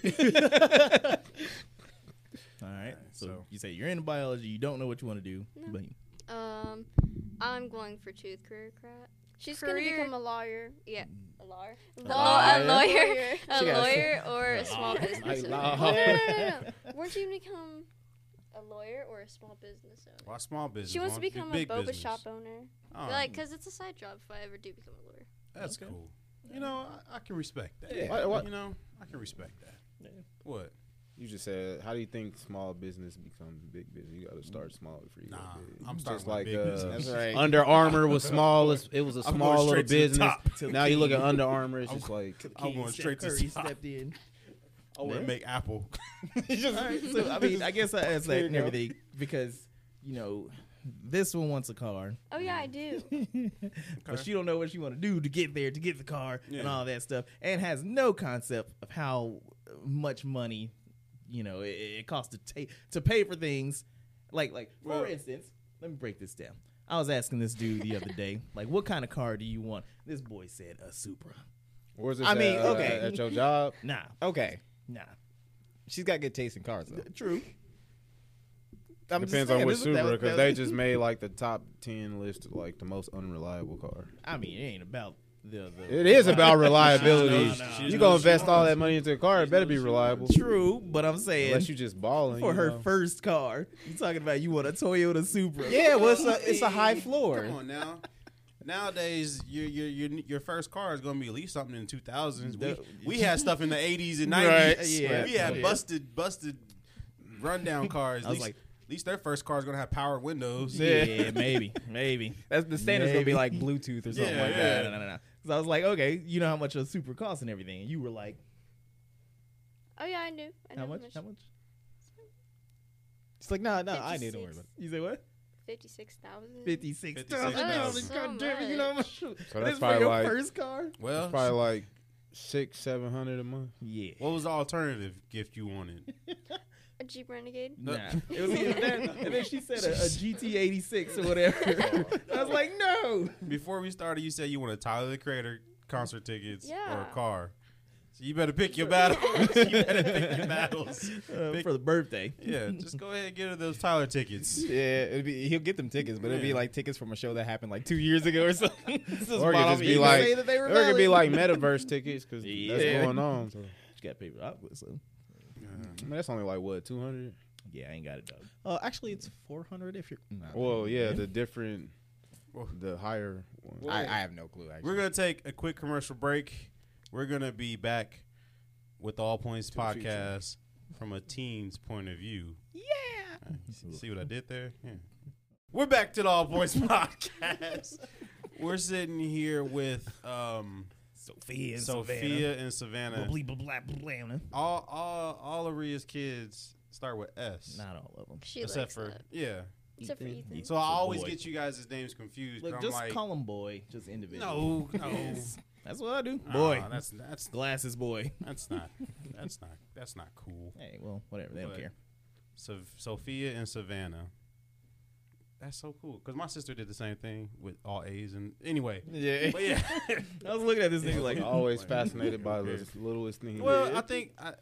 All right. So, so- you say you're into biology, you don't know what you want to do, No. but Um, I'm going for tooth career crap. She's Career- gonna become a lawyer. Yeah. A lawyer. Law, a Lawyer. lawyer, a She got a- lawyer, or a small Law. business Like, owner. No, law. no, no, no, no. Weren't you gonna become? A lawyer or a small business owner. Why small business? She wants to Why don't you do become a big boba business? shop owner. Oh, Like, cause it's a side job if I ever do become a lawyer. that's Okay. cool. You know, I, I can respect that. Yeah. What- what- You know, I can respect that. Yeah. What? you just said, how do you think small business becomes big business? You got to start small before you. go Nah, big. I'm Just uh, starting my big business. That's right. Under Armour was small. as- It was a I'm going small little straight to the business. top. To the Now you look at king. Under Armour. It's I'm just like I'm going straight to Curry top. stepped in. I want Oh, Yeah. to make Apple. All right, so I mean, I guess I asked that There you and go. everything because you know this one wants a car, Oh yeah, I do. but she don't know what she want to do to get there to get the car and Yeah. all that stuff, and has no concept of how much money you know it, it costs to take to pay for things. Like like for Well- instance, let me break this down. I was asking this dude the other day, like, what kind of car do you want? This boy said a Supra. Where's this I mean, at, uh, okay. at your job? Nah, Okay, nah, she's got good taste in cars though. true. I'm just Depends saying, on which this is- that Subaru was- because that they was- just made like the top ten list of like the most unreliable car. I mean, it ain't about the, the It is about No, reliability. no, no. You gonna invest all that money into a car? It better be reliable. true, but I'm saying Unless you just balling for you her know. first car, you talking about you want a Toyota Supra? Yeah, well, it's a, it's a high floor. Come on now. Nowadays, your your your your first car is gonna be at least something in the two thousands. We, we had stuff in the eighties and Right, nineties. yeah. we had Yeah. busted busted rundown cars. I was at, least, like- at least their first car is gonna have power windows. Yeah, maybe, maybe. That's the standard's gonna be Maybe. like Bluetooth or something Yeah, like yeah. that. No, no, no, no. Because I was like, okay, you know how much a Supra costs and everything, and you were like, Oh yeah, I knew. I knew how much? How much? It's like, no, no, I need to worry 56. about. It. You say what? Fifty-six thousand. Fifty-six $56,000. Oh, thousand. God damn it! You know how much? So this that's for probably your like first car? Well, probably like six, seven hundred a month. Yeah. what was the alternative gift you wanted? A Jeep Renegade. Nah. it was either that, and then she said a, a GT86 or whatever. I was like, no. Before we started, you said you wanted Tyler the Creator concert tickets or a Yeah. car. So you better pick your battles. you better pick your battles. Uh, for the birthday. Yeah, just go ahead and get her those Tyler tickets. Yeah, it'd be, he'll get them tickets, but it'd be Yeah. like tickets from a show that happened like two years ago or something. It's just Or it could bought off just be eBay. like- say that they were Or it could be like valid. metaverse tickets because that's Yeah. going on. So. She got paper. I- so- I mean, that's only like what two hundred. Yeah, I ain't got it done. Uh, actually, it's four hundred if you're. Nah, Well, yeah, the different, Well- the higher ones. Well, I, I have no clue. Actually, We're gonna take a quick commercial break. We're gonna be back with the All Points the future. podcast from a teen's point of view. Yeah. see what I did there? Yeah. We're back to the All Points podcast. We're sitting here with um, Sophia and Sophia and Savannah. Savannah. Blah, blah, blah, blah, blah. All all all of Ria's kids start with S. Not all of them. She except likes for that. yeah. Except for Ethan. Ethan. So I always boy. get you guys' names confused. Look, I'm just like, call him boy, just individual. no, no, Oh. That's what I do. Nah, Boy. that's that's Glasses boy. That's not. That's not. That's not cool. Hey, well, whatever. They don't But- care. So Sophia and Savannah. That's so cool because my sister did the same thing with all A's and anyway. yeah. But yeah. I was looking at this Nigga nigga like, oh. like always fascinated by the littlest thing. well, I think I,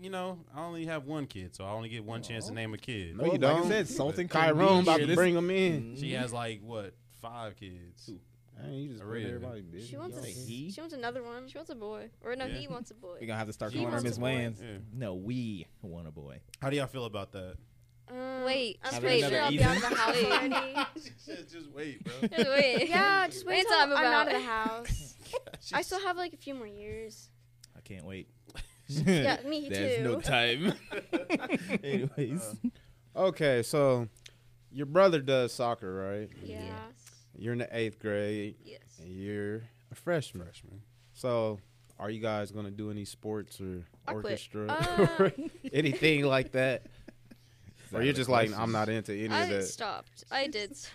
you know, I only have one kid, so I only get one chance to Aw. name a kid. no, you don't. Like I said, Sultan Kyron Kyrone about to bring them in. She Mm-hmm. has like what five kids. Man, you just I put read it. everybody busy. She wants a Y'all busy. he? she wants another one. She wants a boy. Or no, Yeah. he wants a We're boy. gonna have to start He calling her wants Miss a boy. Wans. Yeah. no, we want a boy. How do y'all feel about that? Um, Wait, I'm wait, pretty another sure I'll be Ethan? out of the house Wait. already. she said, "Just wait, bro." Just wait. yeah, just wait Wait till till I'm, I'm out of about. the house. I still have like a few more years. I can't wait. Yeah, me There's too. no time. Anyways. Okay, so your brother does soccer, right? Yeah. You're in the eighth grade Yes. and you're a freshman. freshman. So, are you guys gonna do any sports or I quit. orchestra Uh, or anything like that? Or you're just like, I'm not into any I of that. stopped. I did. s-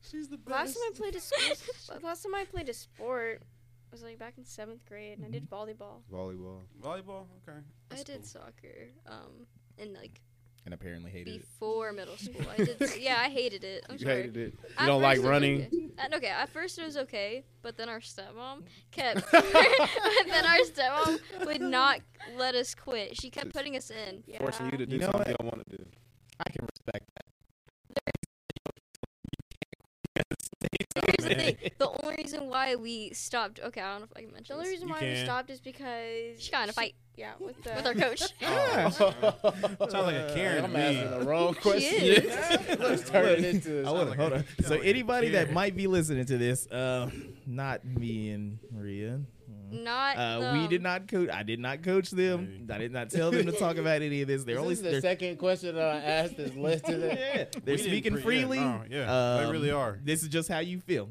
She's the best. Last time I played a sport, last time I played a sport was like back in seventh grade, and I Mm-hmm. did volleyball. Volleyball. Volleyball. Okay. I That's did cool. soccer. Um, in like and apparently hated it. before middle school, I did. s- Yeah, I hated it. I'm you sorry. hated it. At You don't like first it was running? okay. At- okay, at first it was okay, but then our stepmom kept. but then our oh. stepmom would not let us quit. She kept putting us in. Yeah. Forcing you to do know something you don't want to do. I can respect that. Here's the thing: the only reason why we stopped. Okay, I don't know if I can The mention only this. reason You why we can. stopped is because She got in a fight Yeah, with the with our coach. Sounds like a Karen to Uh, I'm me. asking the wrong question. is. Let's turn it into. I want to like hold a- on. sound So like a anybody that kid. might be listening to this, uh, not me and Maria, Not. uh, we did them. not coach. I did not coach them. I did not tell them to talk about any of this. They're only they're, second question that I asked is listed. yeah, they're We didn't speaking pre- yeah, freely. no, yeah, they Um, really are. This is just how you feel.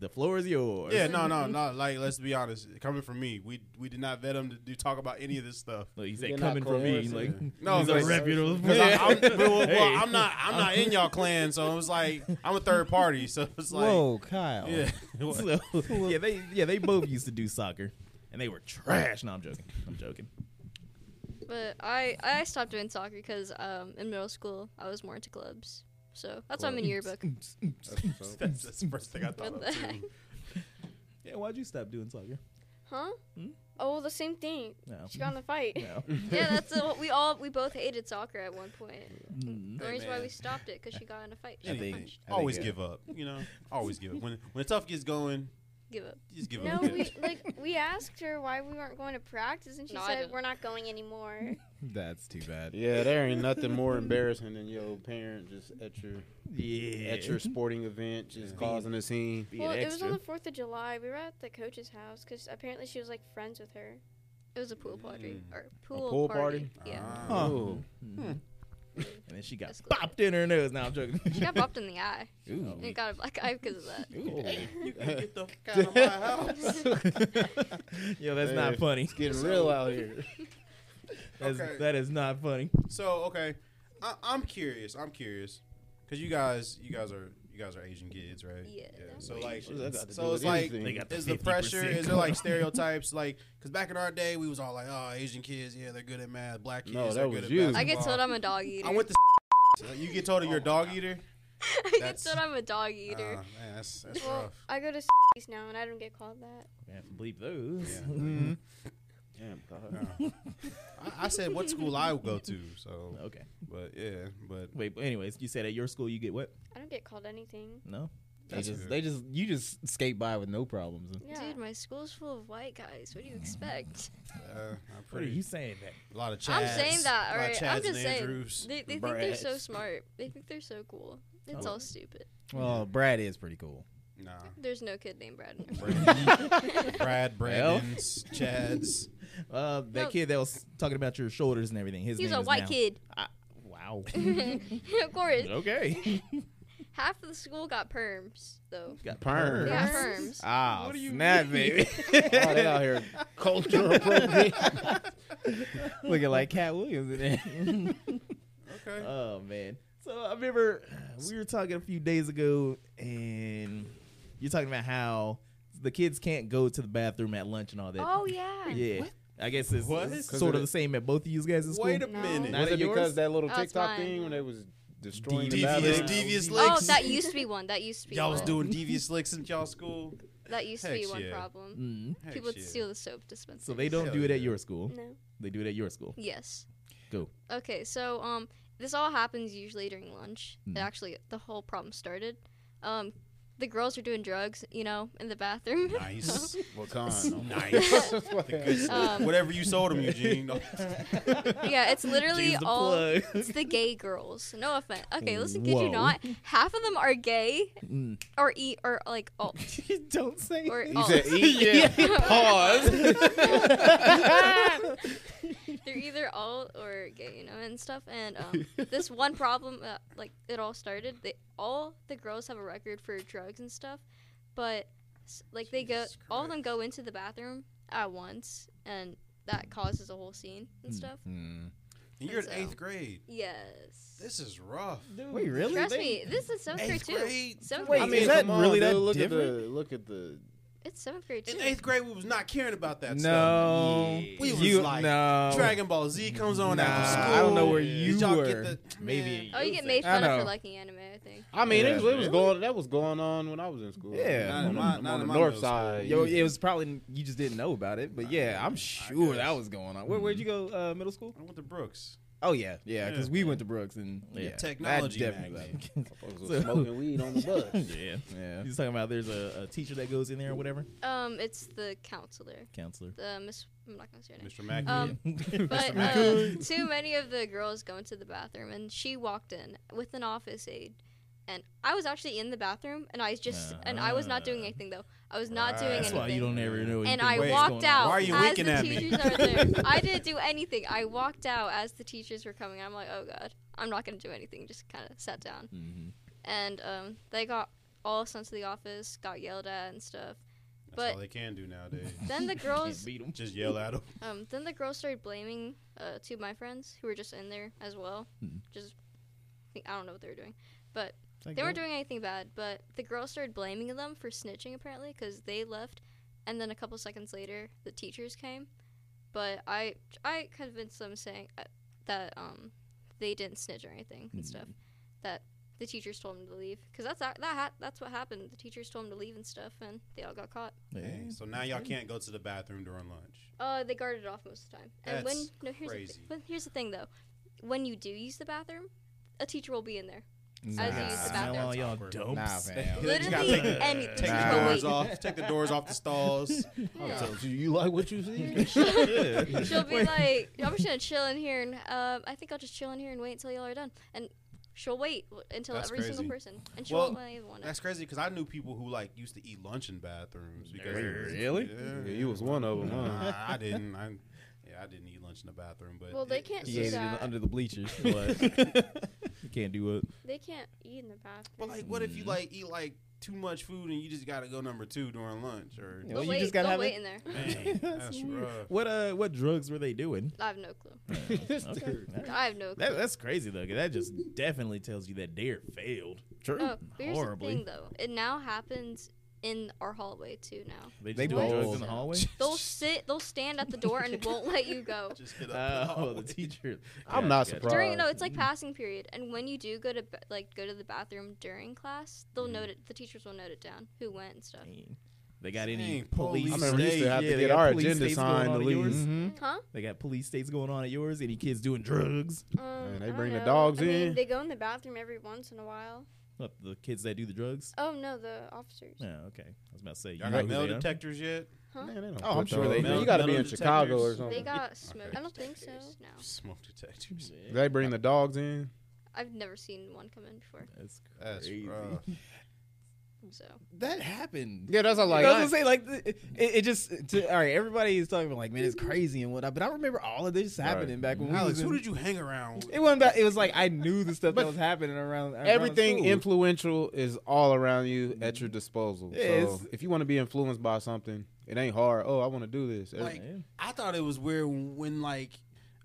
The floor is yours. Yeah, no, no, no. Like, let's be honest. Coming from me, we we did not vet them to do talk about any of this stuff. Well, you They're said not coming from me, coercive. like No, he's a because- reputable. 'Cause I- I'm, well, well, Hey. I'm not. I'm not in y'all clan, so it was like I'm a third party. So it's like, Whoa, Kyle. yeah, What? So, yeah, they yeah they both used to do soccer, and they were trash. No, I'm joking. I'm joking. But I I stopped doing soccer because um in middle school I was more into clubs. So that's why I'm in yearbook. That's, that's the first thing I thought What of the too. Yeah, why'd you stop doing soccer? huh? Hmm? Oh, the same thing. No. She got in a fight. No. Oh. yeah, that's the, we all we both hated soccer at one point. Mm. The Hey, reason why man. we stopped it because she got in a fight. Anything. think- I think, always uh, give up. You know, always give up. When when the tough gets going, give up. You just give No, up. we like we asked her why we weren't going to practice, and she No, I said didn't. we're not going anymore. That's too bad. Yeah, there ain't nothing more embarrassing than your parent just at your Yeah. at your sporting event just Yeah. causing a scene. Be well, an it was on extra. the Fourth of July. We were at the coach's house because apparently she was like friends with her. It was a pool party Mm. or pool, pool party. Yeah, Ah. Huh. Ooh. Hmm. Hmm. And then she got That's good. bopped in her nose. Now I'm joking. Ah. she got bopped in the eye Ooh. and got a black eye because of that. You can get the fuck out of my house. Yo, that's Hey. not funny. It's getting real out here. That's, Okay. That is not funny. So okay, I, I'm curious. I'm curious because you guys, you guys are you guys are Asian kids, right? Yeah. So like, What does that got to do so with it's like, anything? They got the is the 50%. pressure? Is there like stereotypes? Like, because back in our day, we was all like, oh, Asian kids, yeah, they're good at math. Black kids, No, that they're was good you. at I get told basketball. I'm a dog eater. I went to. you get told you're a dog eater. I get that's- told I'm a dog Ah, eater. man, that's that's Well, rough. I go to now and I don't get called that. I have to bleep those. Yeah. Mm-hmm. Mm-hmm. Damn, dog. No. I, I said what school I would go to. So, Okay. but yeah, but Wait, but anyways, you said at your school you get what? I don't get called anything. No? They That's just, good. they just, you just skate by with no problems. Yeah. Dude, my school's full of white guys. What do you expect? uh, What I'm are pretty. you saying that? A lot of Chads. I'm saying a that, lot of alright, Chads I'm just and saying. Andrews. They, they think they're so Brads. smart. They think they're so cool. It's Oh. all stupid. Well, Brad is pretty cool. Nah. There's no kid named Brad. In our Brad, Brad Well. Brandon's, Chad's. Uh, that No. kid that was talking about your shoulders and everything. His He's name a is white now- kid. Wow. of course. okay. Half of the school got perms, though. Got They Perm. got perms. perms. Ah, snap, baby. Oh, they out here cultural appropriate. Looking like Cat Williams in there. Okay. Oh man. So I remember we were talking a few days ago, and you're talking about how the kids can't go to the bathroom at lunch and all that. Oh, yeah. yeah. I guess it's, What? it's 'Cause sort it- of the same at both of you guys in school. Wait a No. minute. Not Was at it yours? because that little Oh, it's TikTok mine. thing when they was destroying the Devious, bathroom? devious Oh, licks. that used to be one. That used to be y'all was one. doing devious licks in y'all school. That used to Heck be one yeah. problem. Mm. Heck People would yeah. steal the soap dispenser. So they don't Hell do it at yeah. your school. No. They do it at your school. Yes. Go. Okay, so um, this all happens usually during lunch. Mm. It actually, the whole problem started. Um, the girls are doing drugs, you know, in the bathroom. Nice. What kind? nice. The good Nice. stuff. Um, Whatever you sold them, Eugene. No. yeah, it's literally Use the all. plug. It's the gay girls. No offense. Okay, listen, kid Whoa. you not. Half of them are gay Mm. or e or like alt don't say. or You alt. said eat? They're either alt or gay, you know, and stuff. And um, this one problem, uh, like it all started. They all the girls have a record for drugs and stuff, but s- like they go, Jesus all of them go into the bathroom at once, and that causes a whole scene and stuff. Hmm. And you're in So. eighth grade. Yes. This is rough. Wait, really? Trust They- me, this is seventh grade Eighth too. grade? Seventh Wait, grade. I mean, is that come on, really dude, that look At different? the, look at the. it's seventh grade too. In eighth grade, we was not caring about that stuff. No, We was you like, no. Dragon Ball Z comes on after Nah, school. I don't know where Did you y'all were. Get the, Maybe. Oh, you get made. made fun I of know. for liking anime, I think. I mean, it was, it was Yeah. going. That was going on when I was in school. Yeah. Not on, in the- my- on not in the my middle north school. side. Yo, it was probably you just didn't know about it, but yeah, I'm sure guess. that was going on. Where, where'd you go? Uh, middle school? I went to Brooks. Oh yeah, yeah, because Yeah. we went to Brooks and Yeah. yeah, that Technology definitely magazine. was Motherfuckers was So- smoking weed on the bus. Yeah. happening. Yeah, He's talking about there's a, a teacher that goes in there or whatever. Um, it's the counselor, Counselor. the Miss. I'm not gonna say her name. Mr. Mackey. Um, But uh, Mackey. too many of the girls go into the bathroom, and she walked in with an office aide, and I was actually in the bathroom, and I just and I was not doing Ah. anything though. I was not uh, doing Right. That's anything. why you don't ever know. and anything I what's walked going on. out. Why are you as winking the at me? teachers are there. I didn't do anything. I walked out as the teachers were coming. I'm like, oh god, I'm not gonna do anything. Just kind of sat down. Mhm. and um, they got all sent to the office, got yelled at and stuff. That's but- all they can do nowadays. Then the Can't girls, beat 'em. Just yell at them. um, then the girls started blaming uh, two of my friends who were just in there as well. Hmm. Just I don't know what they were doing, but they weren't doing anything bad. But the girls started blaming them for snitching apparently because they left, and then a couple seconds later the teachers came. But I I convinced them saying uh, that um they didn't snitch or anything and stuff. That the teachers told them to leave because that's that ha- that's what happened. The teachers told them to leave and stuff, and they all got caught. Yeah. Dang, So now y'all can't go to the bathroom during lunch. Uh, they guarded it off most of the time. And when That's no, here's the, crazy. thi- but here's the thing though, when you do use the bathroom, a teacher will be in there. I was used to Smell all bathrooms. y'all awkward. dumps. Nah, fam. Literally take- anything. Take Nah. the But doors wait, off. Take the doors off the stalls. yeah. you, you like what you see? She'll be like, I'm just gonna chill in here, and um, I think I'll just chill in here and wait until y'all are done. And she'll wait w- until That's every single crazy. person, and she Well, won't let anyone. in. That's crazy because I knew people who like used to eat lunch in bathrooms because Really? Yeah. you was one of them, huh? Nah, I didn't. I yeah, I didn't eat lunch in the bathroom, but Well, they it- can't He do ate it in- that. under the bleachers. You can't do it. They can't eat in the bathroom. But like, what if you like eat like too much food and you just gotta go number two during lunch or? Yeah, But well, wait, you just gotta don't have wait it. in there. Man, that's weird. rough. What uh, what drugs were they doing? I have no clue. Okay. I have no clue. That, that's crazy though. 'cause that just definitely tells you that Dare failed. True. No, but Oh, here's the Horribly. thing though. It now happens in our hallway too. Now They, just They do do drugs all in the that. hallway. they'll sit, they'll stand at the door and won't let you go. Just hit Uh, up. oh, the teacher. I'm Gotcha, not gotcha. surprised. During no, Mm-hmm. it's like passing period, and when you do go to ba- like go to the bathroom during class, they'll note it. The teachers will note it down who went and stuff. Dang. They got any Dang, police? police I remember we used to state- have to yeah, they get got our police agenda states going signed on to at yours? leave. Mm-hmm. Mm-hmm. Huh? They got police states going on at yours. Any kids doing drugs? Um, they I don't bring the know. dogs I in. Mean, they go in the bathroom every once in a while. What, the kids that do the drugs? Oh no, the officers. Yeah, okay. I was about to say. You Y'all know got who mail they are. detectors yet? Huh? Man, they don't Oh, I'm put sure those- they Man, do. You got to be Metal in Chicago or detectors. something. They They, got smoke. I don't think so. detectors now. Smoke detectors. bring the dogs in. I've never seen one come in before. That's That's crazy. rough. So That happened. Yeah, that's a like. I was gonna say like th- it, it just to, all right. Everybody is talking about like man, it's crazy and whatnot. But I remember all of this happening back when Alex, we who was. did you hang around? with? in, it wasn't. About, it was like I knew the stuff that was happening around, around Everything school. influential is all around you at your disposal. Yes. So if you want to be influenced by something, it ain't hard. Oh, I want to do this. Every- Like, I thought it was weird when, when, like,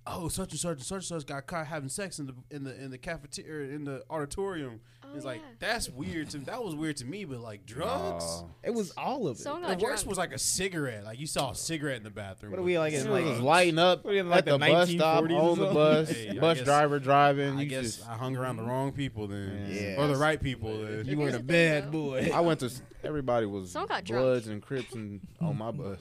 oh, such and such and such and such got caught having sex in the in the in the cafeteria in the auditorium. Oh, it's like yeah. that's weird to that was weird to me, but like drugs. Aw. It was all of it. someone The got worst drunk. was like a cigarette. Like you saw a cigarette in the bathroom. What are we like It in was like? just lighting up What are you in, at like, the, the bus stop 1940s or on the something? bus. Hey, I bus guess- driver driving. I You guess just- I hung around the wrong people then, Yeah. or the right people then. you were Here's the a thing, bad though. boy. I went to. s- Everybody was Someone got drunk. Bloods and Crips and on my bus.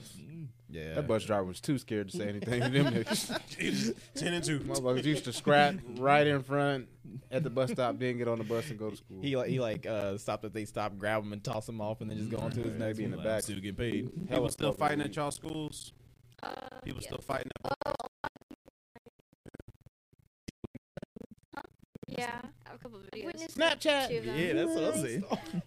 Yeah. That bus driver was too scared to say anything to them. niggas. Ten and two. Motherfuckers used to scrap right in front at the bus stop, then get on the bus and go to school. He like he like uh, stopped at they stop, grab him and toss him off, and then just go on to his They next be in the one. back. Still getting paid. People still fighting at y'all schools. Uh, People yeah. still fighting. Yeah. I have a couple of I videos. witnessed Snapchat. two of them. Yeah, that's what I'm saying.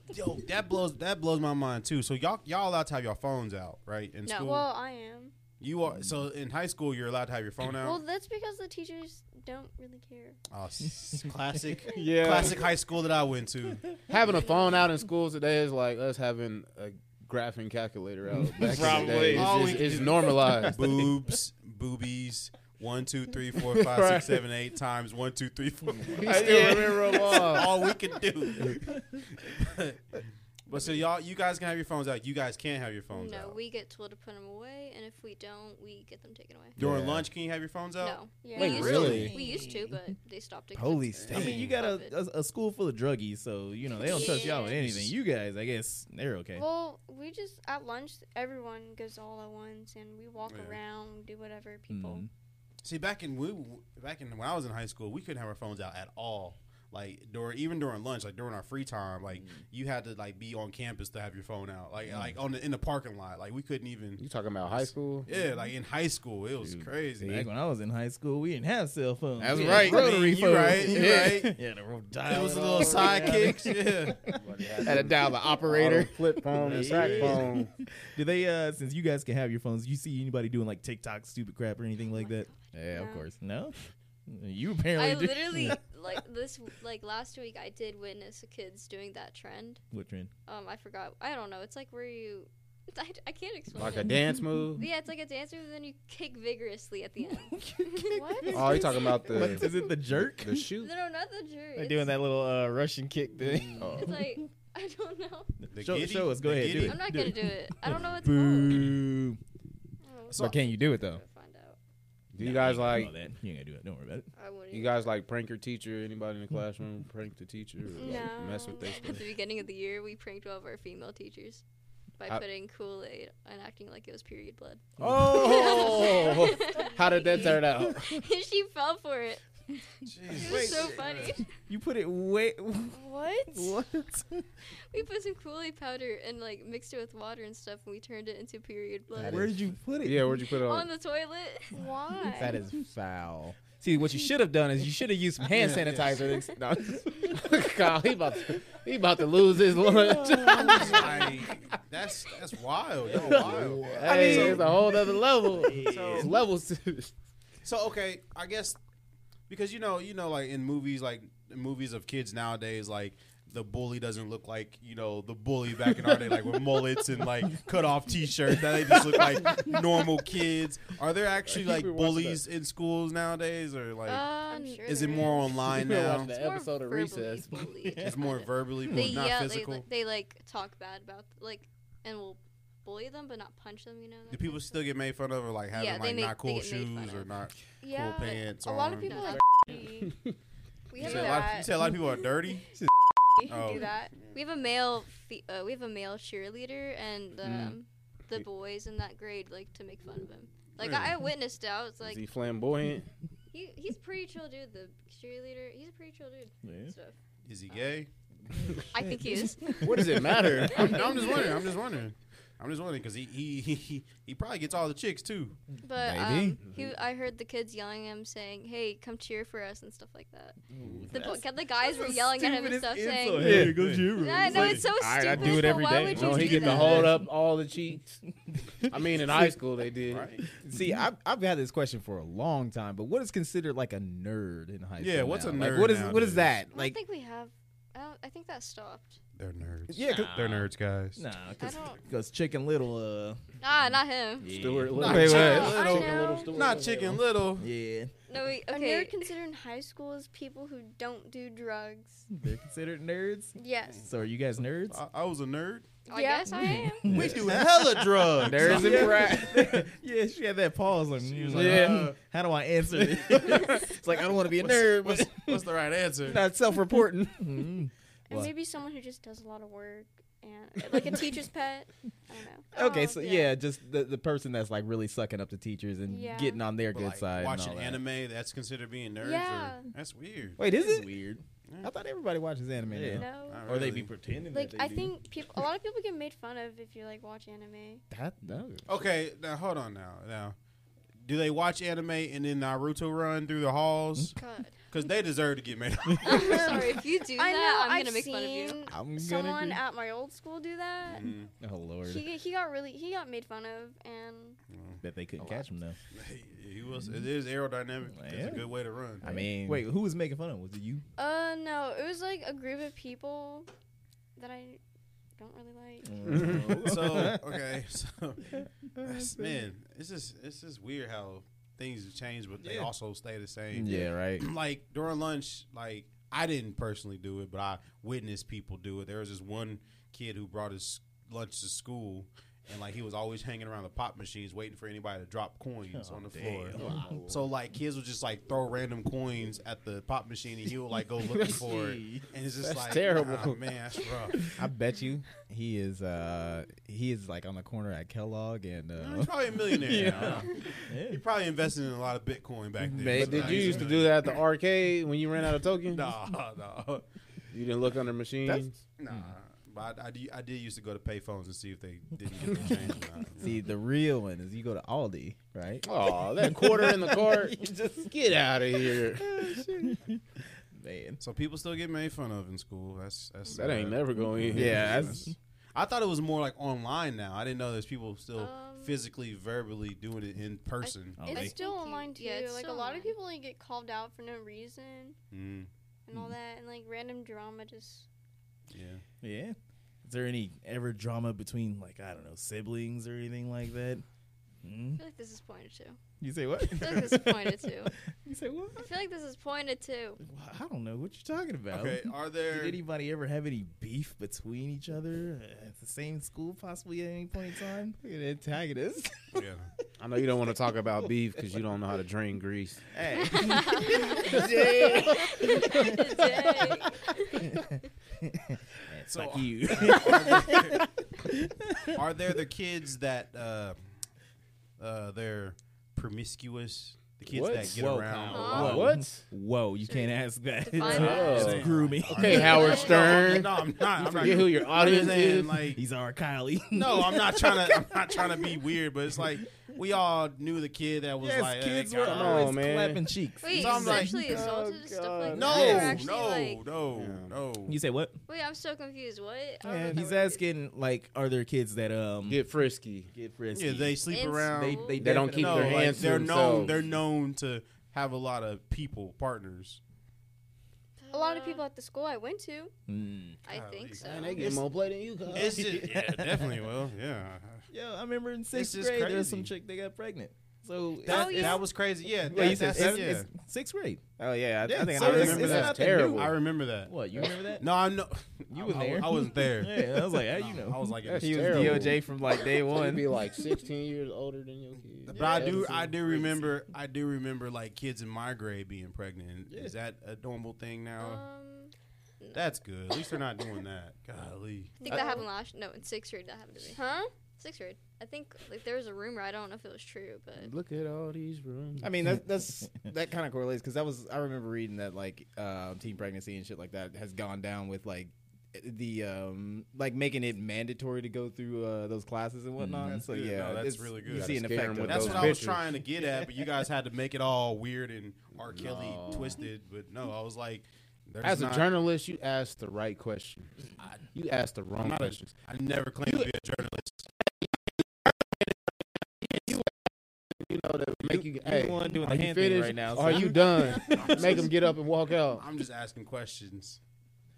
At- Yo, that blows. That blows my mind too. So y'all y'all allowed to have your phones out, right? In No. school, Well, I am. you are. So in high school, you're allowed to have your phone out. Well, that's because the teachers don't really care. Oh, s- classic, Yeah. classic high school that I went to. Having a phone out in school today is like us having a graphing calculator out. Back Probably. In the day. It's, All just- we it's can- normalized. Boobs, boobies. One, two, three, four, five, six, seven, eight times. One, two, three, four. I still remember them all. all we can do. but so y'all, you guys can have your phones out. You guys can't have your phones no, out. we get told to put them away, and if we don't, we get them taken away. During Yeah. lunch, can you have your phones out? No. Yeah. we Wait, used really? To, we used to, but they stopped it. 'cause Holy it's- state. I mean, you got a, a, a school full of druggies, so you know they don't touch y'all with Yeah. anything. You guys, I guess, they're okay. Well, we just at lunch everyone goes all at once and we walk Yeah. around, do whatever people. Mhm. See, back in we back in when I was in high school, we couldn't have our phones out at all. Like during even during lunch, like during our free time, Mm. like you had to like be on campus to have your phone out, like like on the in the parking lot. Like we couldn't even. You talking about high school? Yeah, like in high school, it was crazy. Back when I was in high school, we didn't have cell phones. That's We had right. rotary I mean, you phones. right, you Yeah. right. Yeah, the real It dial. was it the little up. sidekicks. Yeah, Had to dial the operator. Auto flip phone and crack phone. Do they? uh Since you guys can have your phones, you see anybody doing like TikTok stupid crap or anything Oh like that? Yeah, No. No. You I apparently do. literally like this like last week I did witness the kids doing that trend. What trend? Um, I forgot. I don't know. It's like where you, I, I can't explain. Like it. a dance move. Yeah, it's like a dancer, and then you kick vigorously at the end. What? Oh, you talking about What, the is it the jerk? the shoot? no, not the jury. They're It's- doing that little uh, Russian kick thing. Oh. It's like I don't know. The show, giddy- show us. Go the ahead. Do giddy. it. I'm not do gonna it. do it. I don't know what it's called. Boo. I Oh, don't know. So- but can you do it I'll though? find out. Do you Nah, ain't guys gonna do like? all that. You ain't gonna do it. Don't worry about it. I wouldn't. You even- guys like prank your teacher? Anybody in the classroom prank the teacher? Or like No. Mess with their At stuff. the beginning of the year, we pranked all of our female teachers by I- putting Kool Aid and acting like it was period blood. Oh, how did that turn out? she fell for it. It was so funny. You put it way. what? What? We put some Kool-Aid powder and like mixed it with water and stuff, and we turned it into period blood Where did you put it? Yeah, where'd you put it on on? the toilet. Why? That is foul. See, what you should have done is you should have used some hand sanitizer. No. God, he about to, he about to lose his lunch. Like, that's that's wild. Y'all wild. hey, it's a whole other level. It's levels. to- So okay, I guess because you know, you know, like in movies, like movies of kids nowadays, like the bully doesn't look like you know the bully back in our day, like with mullets and like cut off t-shirts. Now they just look like normal kids. Are there actually like watch bullies in schools nowadays, or like Uh, I'm sure is it there more online We were now? watching that episode of Recess. It's more verbally, They not yell. They, physical. li- they like talk bad about like, and will bully them, but not punch them. You know. Do that people kind of still get made fun of, or like having Yeah, they like make- not cool they get made fun shoes or of. not? yeah, cool pants A lot on. of people No. are dirty. We You have said, a lot of, you that. said a lot of people are dirty. We Oh. do that. stuff. We have a male. Fe- uh, we have a male cheerleader, and Mm. um, the boys in that grade like to make fun of him. Like I, I witnessed it. I was Is he like, flamboyant? he, he's a pretty chill dude. The cheerleader, he's a pretty chill dude. So, Is he gay? I think he is. What does it matter? I'm, I'm just wondering. I'm just wondering. I'm just wondering because he, he he he he probably gets all the chicks too. But Maybe. um, he, I heard the kids yelling at him, saying, "Hey, come cheer for us" and stuff like that. the, bo- the guys were yelling at him and stuff, saying, Yeah, go "Yeah, "No, it's so I- I stupid." do it but every why day." Would you No, he do get to that? hold up all the cheeks. I mean, in high school they did. See, I've, I've had this question for a long time, but what is considered like a nerd in high school? Yeah, what's a now? Like, nerd what is what is nowadays? that? I don't Like, think we have. I, oh, don't, I think that stopped. They're nerds. Yeah, 'cause- they're nerds, guys. Nah, I cause, don't. cause Chicken Little, uh, Nah, not him. Stuart Little. Not Wait, Chicken what? Little. I know. Stuart Not Little. Chicken Little. yeah, No, we, A okay. nerd considered in high school is people who don't do drugs. they're considered nerds. Yes. So are you guys nerds? I, I was a nerd. I Yeah. guess I am. We do hella drugs. Nerds and brat. yeah, she had that pause. Like, she was like, Yeah. "Hmm, how do I answer this? it's like I don't want to be a nerd, but What's the right answer? not self-reporting. Mm. And What? maybe someone who just does a lot of work and like a teacher's pet. I don't know. Um, okay, Oh, so yeah. yeah. just the, the person that's like really sucking up to teachers and Yeah. getting on their But, good like, side. and all watching that. anime, that's considered being nerds. Yeah. Or, that's weird. Wait, is it? weird. I thought everybody watches anime. Yeah. now. No. Not Or they be really. pretending. Like that they I do. think people, a lot of people get made fun of if you like watch anime. That no. Okay, now hold on. Now, now, do they watch anime and then Naruto run through the halls? God. Because they deserve to get made. I'm sorry. If you do that, I know. I'm have gonna make fun of you. seen I'm gonna someone agree. at my old school do that. Mhm. Oh lord, He he got really he got made fun of and that they Oh, couldn't catch him though. He was. It is aerodynamic. It's Yeah. a good way to run. I mean, Wait, who was making fun of? him? Was it you? uh no it was like a group of people that I don't really like. Oh. so okay, so that's- man, it's just it's just weird how things have changed, but they Yeah. also stay the same. yeah, right. like during lunch, like I didn't personally do it, but I witnessed people do it. There was this one kid who brought his lunch to school. And like he was always hanging around the pop machines, waiting for anybody to drop Oh, coins on the floor. So like kids would just like throw random coins at the pop machine, and he would like go looking for it. And it's just That's like terrible. "Nah, man, that's rough. I bet you he is. uh He is like on the corner at Kellogg and. No, Uh, he's probably a millionaire. Yeah. now. Yeah. He probably invested in a lot of Bitcoin back then. Maybe. But did you used to do that at the arcade when you ran out of tokens? Nah, nah, You didn't look under machines. nah. But I, I, did, I did used to go to payphones and see if they didn't get the change. or not. see, the real one is you go to Aldi, right? Oh, that quarter in the cart. just get out of here. Man, So people still get made fun of in school. That's that's That ain't uh, never going in. Yeah, that's- I thought it was more like online now. I didn't know there's people still Um, physically, verbally doing it in person. Oh, It's they- still Thank you. online too. Yeah, it's like still a lot online. of people like get called out for no reason Mm, and all that and like random drama just yeah. Yeah. Is there any ever drama between like I don't know siblings or anything like that? I Mm? feel like this is pointed to. You say what? I feel like this is pointed to. you say what? I feel like this is pointed to. Well, I don't know what you're talking about. Okay. Are there? Did anybody ever have any beef between each other at the same school, possibly at any point in time? look at the antagonist. Yeah. I know you don't want to talk about beef because you don't know how to drain grease. Hey, Dang. it's So- like you. Are there the kids that uh, uh, they're promiscuous the kids What? that get Whoa, around. Kyle. a Huh? lot. What? Whoa, you can't ask that. It's, Define that. it's grooming. Okay, Howard Stern. No, I'm not. I'm not. Forget who your I'm just audience saying, is. like, He's our Kylie. no, I'm not trying to. I'm not trying to be weird, but it's like we all knew the kid that was yes, like, kids hey, were God. Come on, always man. clapping cheeks. Wait, So I'm like- sexually assaulted and stuff like God. that? Or No, actually, no, like, no, Yeah. no. You say what? wait, I'm so confused. What? I don't know Yeah, if I he's would- asking like, are there kids that um Get frisky. get frisky? yeah, they sleep It's- around. they, they, They don't definitely- keep no, their like, hands to they're known. themselves. They're known to have a lot of people partners. A lot of Uh, people at the school I went to. Mm. I Golly. think so. Man, They get more play than you. Cause. It's just, yeah, definitely. Well, yeah. Yo, I remember in sixth just grade there was some crazy. chick that got pregnant. So That, yeah. that was crazy. Yeah, Wait, you said that, that's, sixth, yeah. it's sixth grade. Oh yeah, I, I think so I it's- remember it's that. not That's the new- terrible. I remember that. What you remember that? No, I'm no. You I- were I- there. I wasn't there. Yeah, I was like, how you I know? was like, in That's the He was terrible. DOJ from like day You'd one. be like 16 years older than your kid. But I do, I do remember, I do remember like kids in my grade being pregnant. Is that a normal thing Oh. Uh, now? Um, That's good. At least they're not doing that. Golly. I think that happened last. No, in sixth grade that happened to me. Huh? Sixth grade. I think like there was a rumor. I don't know if it was true, but Look at all these rooms. I mean, that, that's that kind of correlates because that was I remember reading that like uh, teen pregnancy and shit like that has gone down with like the um like making it mandatory to go through uh, those classes and whatnot. Mhm. That's so good. yeah, No, that's it's- really You good. see an Gotta scare effect 'em of with That's those what those I was pictures. trying to get at, but you guys had to make it all weird and R. Kelly No. twisted. But no, I was like, there's As a not- journalist, you ask the right question. You ask the I'm wrong not a- questions. I never claimed to be a journalist. You know that make you, hey, the one doing the are you hand thing finished? right now, Are so- you done? make them get up and walk out. I'm just asking questions.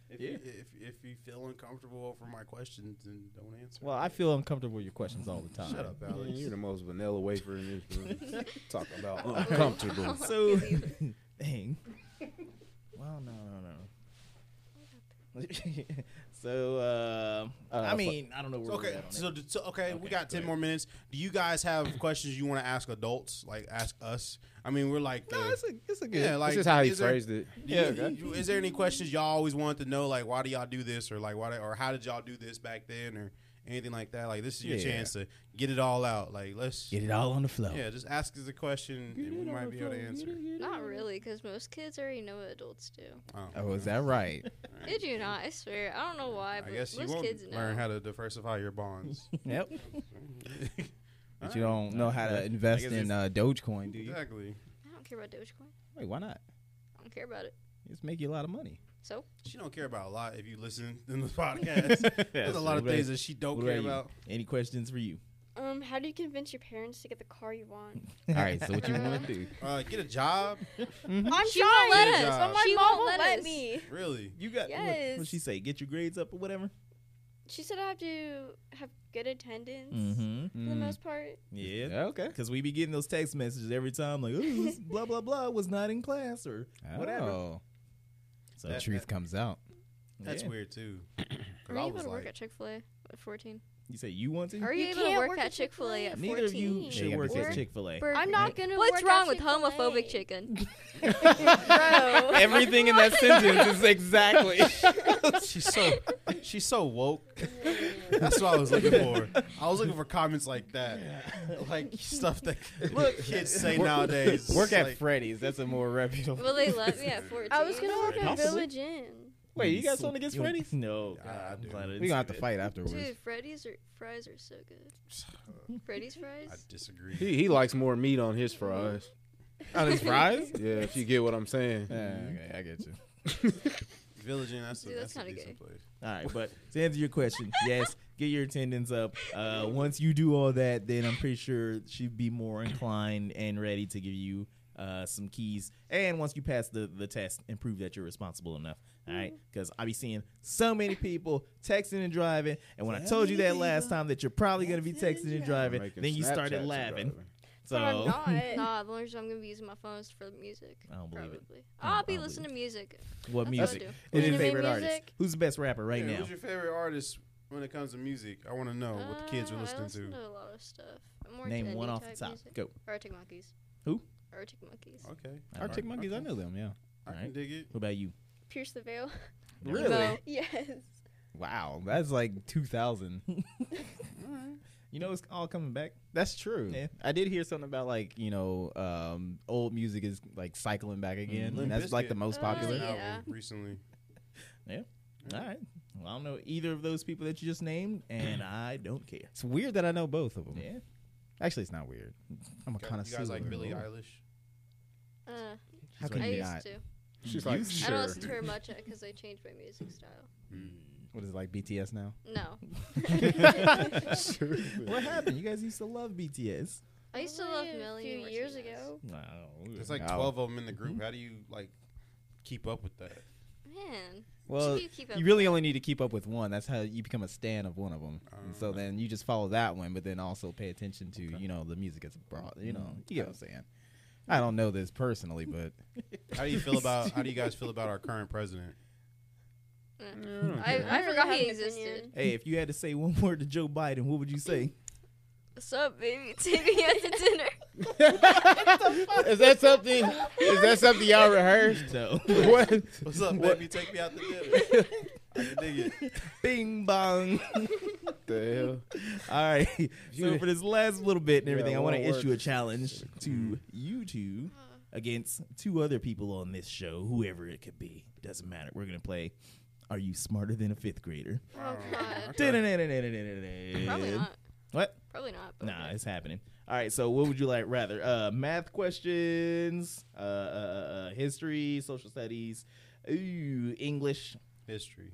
If, you, if if you feel uncomfortable over my questions, then don't answer. Well, I feel uncomfortable with your questions all the time. Shut up, Alex. Man, you're the most vanilla wafer in this room. Talk about uncomfortable. So, dang. Well, no, no, no. so, uh, I fuck. mean, I don't know where we're Okay, at on so, it. d- so okay, Okay, we got go ten ahead. more minutes. Do you guys have questions you want to ask adults? Like ask us. I mean, we're like, the, No, it's a, it's a good. yeah, like That's just how he is there- phrased it. do Yeah, you- you- is there any questions y'all always wanted to know? Like, why do y'all do this, or like, why do- or how did y'all do this back then, or anything like that? Like, this is your Yeah. chance to get it all out. Like, let's Get it all on the flow. yeah, just ask us a question, and we might be able to answer. not really, because most kids already know what adults do. Oh, Oh, is that right? Did you not? I swear. I don't know why, I but guess you most won't kids know. learn how to diversify your bonds. yep. But you Alright. don't know how to invest guess in it's- uh, Dogecoin, do you? Exactly. I don't care about Dogecoin. Wait, why not? I don't care about it. It's make you a lot of money. So She don't care about a lot if you listen in the podcast. There's a lot what of about- things that she don't what care about you? about. Any questions for you? Um, how do you convince your parents to get the car you want? All right, so what you Uh, want to do? Uh, get a job, I'm She won't trying, let us. but my She mom won't won't, let let, us. me. really. You got what, what Yes. she say? Get your grades up or whatever. She said I have to have good attendance Mm-hmm. for the most part. Yeah. Yeah, okay. Cause we be getting those text messages every time, like "Ooh, this blah blah blah was not in class or whatever. Oh. So the That- truth that- comes out. That's Yeah. weird too. 'Cause are I you able was to work like, at Chick Fil A at 14? You say you want to? Are you, You able to can't work, work at at Chick Fil A at Chick-fil-A. 14? Neither of you Yeah, should you work gotta be at picky. Chick Fil A. I'm not gonna. What's work wrong at with Chick-fil-A. homophobic chicken? Bro. Everything in that sentence is exactly. she's so she's so woke. That's what I was looking for. I was looking for comments like that, like stuff that kids say nowadays. Work at Like, Freddy's. That's a more reputable. Will they let me at 14? I was gonna work at Possible. Village Inn. Wait, you got So- something against you- Freddy's? No, Yeah, I I'm do. glad I We didn't gonna say have to that. fight afterwards. Dude, Freddy's are, fries are so good. Freddy's I fries? disagree. He, he likes more meat on his fries. On his fries? Yeah, if you get what I'm saying. Yeah, Mm-hmm. okay, I get you. Village Inn, that's, a- Dude, that's that's a kinda decent place. All right, but to answer your question, yes, get your attendance up. Uh, once you do all that, then I'm pretty sure she'd be more inclined and ready to give you uh, some keys. And once you pass the, the test, and prove that you're responsible enough. All right, because I be seeing so many people texting and driving, and when I told you that last time that you're probably gonna be texting and driving, Making then you Snapchats started and laughing. driving. So I'm not. Nah, the only reason I'm gonna be using my phone is for the music. I don't believe it. Probably. I don't- I'll I be don't listening to music. what That's music? What I do. Who's your Anime favorite artist? music? Who's the best rapper right Yeah, now? Who's your favorite artist when it comes to music? I want to know Oh, what the kids are Uh, I listening listen to. a lot of stuff. I'm more Name into one indie off the type top. music. Go. Arctic Monkeys. Who? Arctic Monkeys. Okay, Arctic Monkeys, I Okay. know them. Yeah. I can Alright. dig it. What about you? Pierce the veil. Emo. yes. Wow, that's like 2000. You know, it's all coming back. That's true. Yeah. I did hear something about like you know um, old music is like cycling back Mm-hmm. again, Limp and that's like Bizkit. the most Oh, popular. yeah. recently. All right. Well, I don't know either of those people that you just named, and I don't care. It's weird that I know both of them. Yeah. Actually, it's not weird. I'm a You connoisseur. guys like of Billie them. Eilish? Uh, How I can you used not? to. She's like, I don't Sure. listen to her much because I changed my music style. What is it like BTS now? No, What happened? You guys used to love BTS. I used to Only love a Millie few and years Martinez. ago. No. There's like No. 12 of them in the Mm-hmm. group. How do you like keep up with that? Man, Well, you keep up you really only need to keep up with one. That's how you become a stan of one of them. and so Uh-huh. Oh. then you just follow that one, but then also pay attention to you know the music as broad. You know, you get what I'm saying. I don't know this personally, but How do you feel about how do you guys feel about our current president? I, I I really forgot have he an existed. opinion. Hey, if you had to say one word to Joe Biden, what would you say? What's up, baby? Take me out to dinner. Is that something? Is that something y'all rehearsed? No. What? What's up, baby? Take me out to dinner. I can dig it. Bing bong. the All right. So you- for this last little bit and Yeah, everything, I want to one word. issue a challenge Mm-hmm. to you two against two other people on this show, whoever it could be. Doesn't matter. We're gonna play. Are you smarter than a fifth grader? Oh God, probably Probably not. What? Probably not. But Nah, okay. it's happening. All right. So what would you like rather? Uh, math questions, uh, uh, uh, uh, history, social studies, ooh, English. History.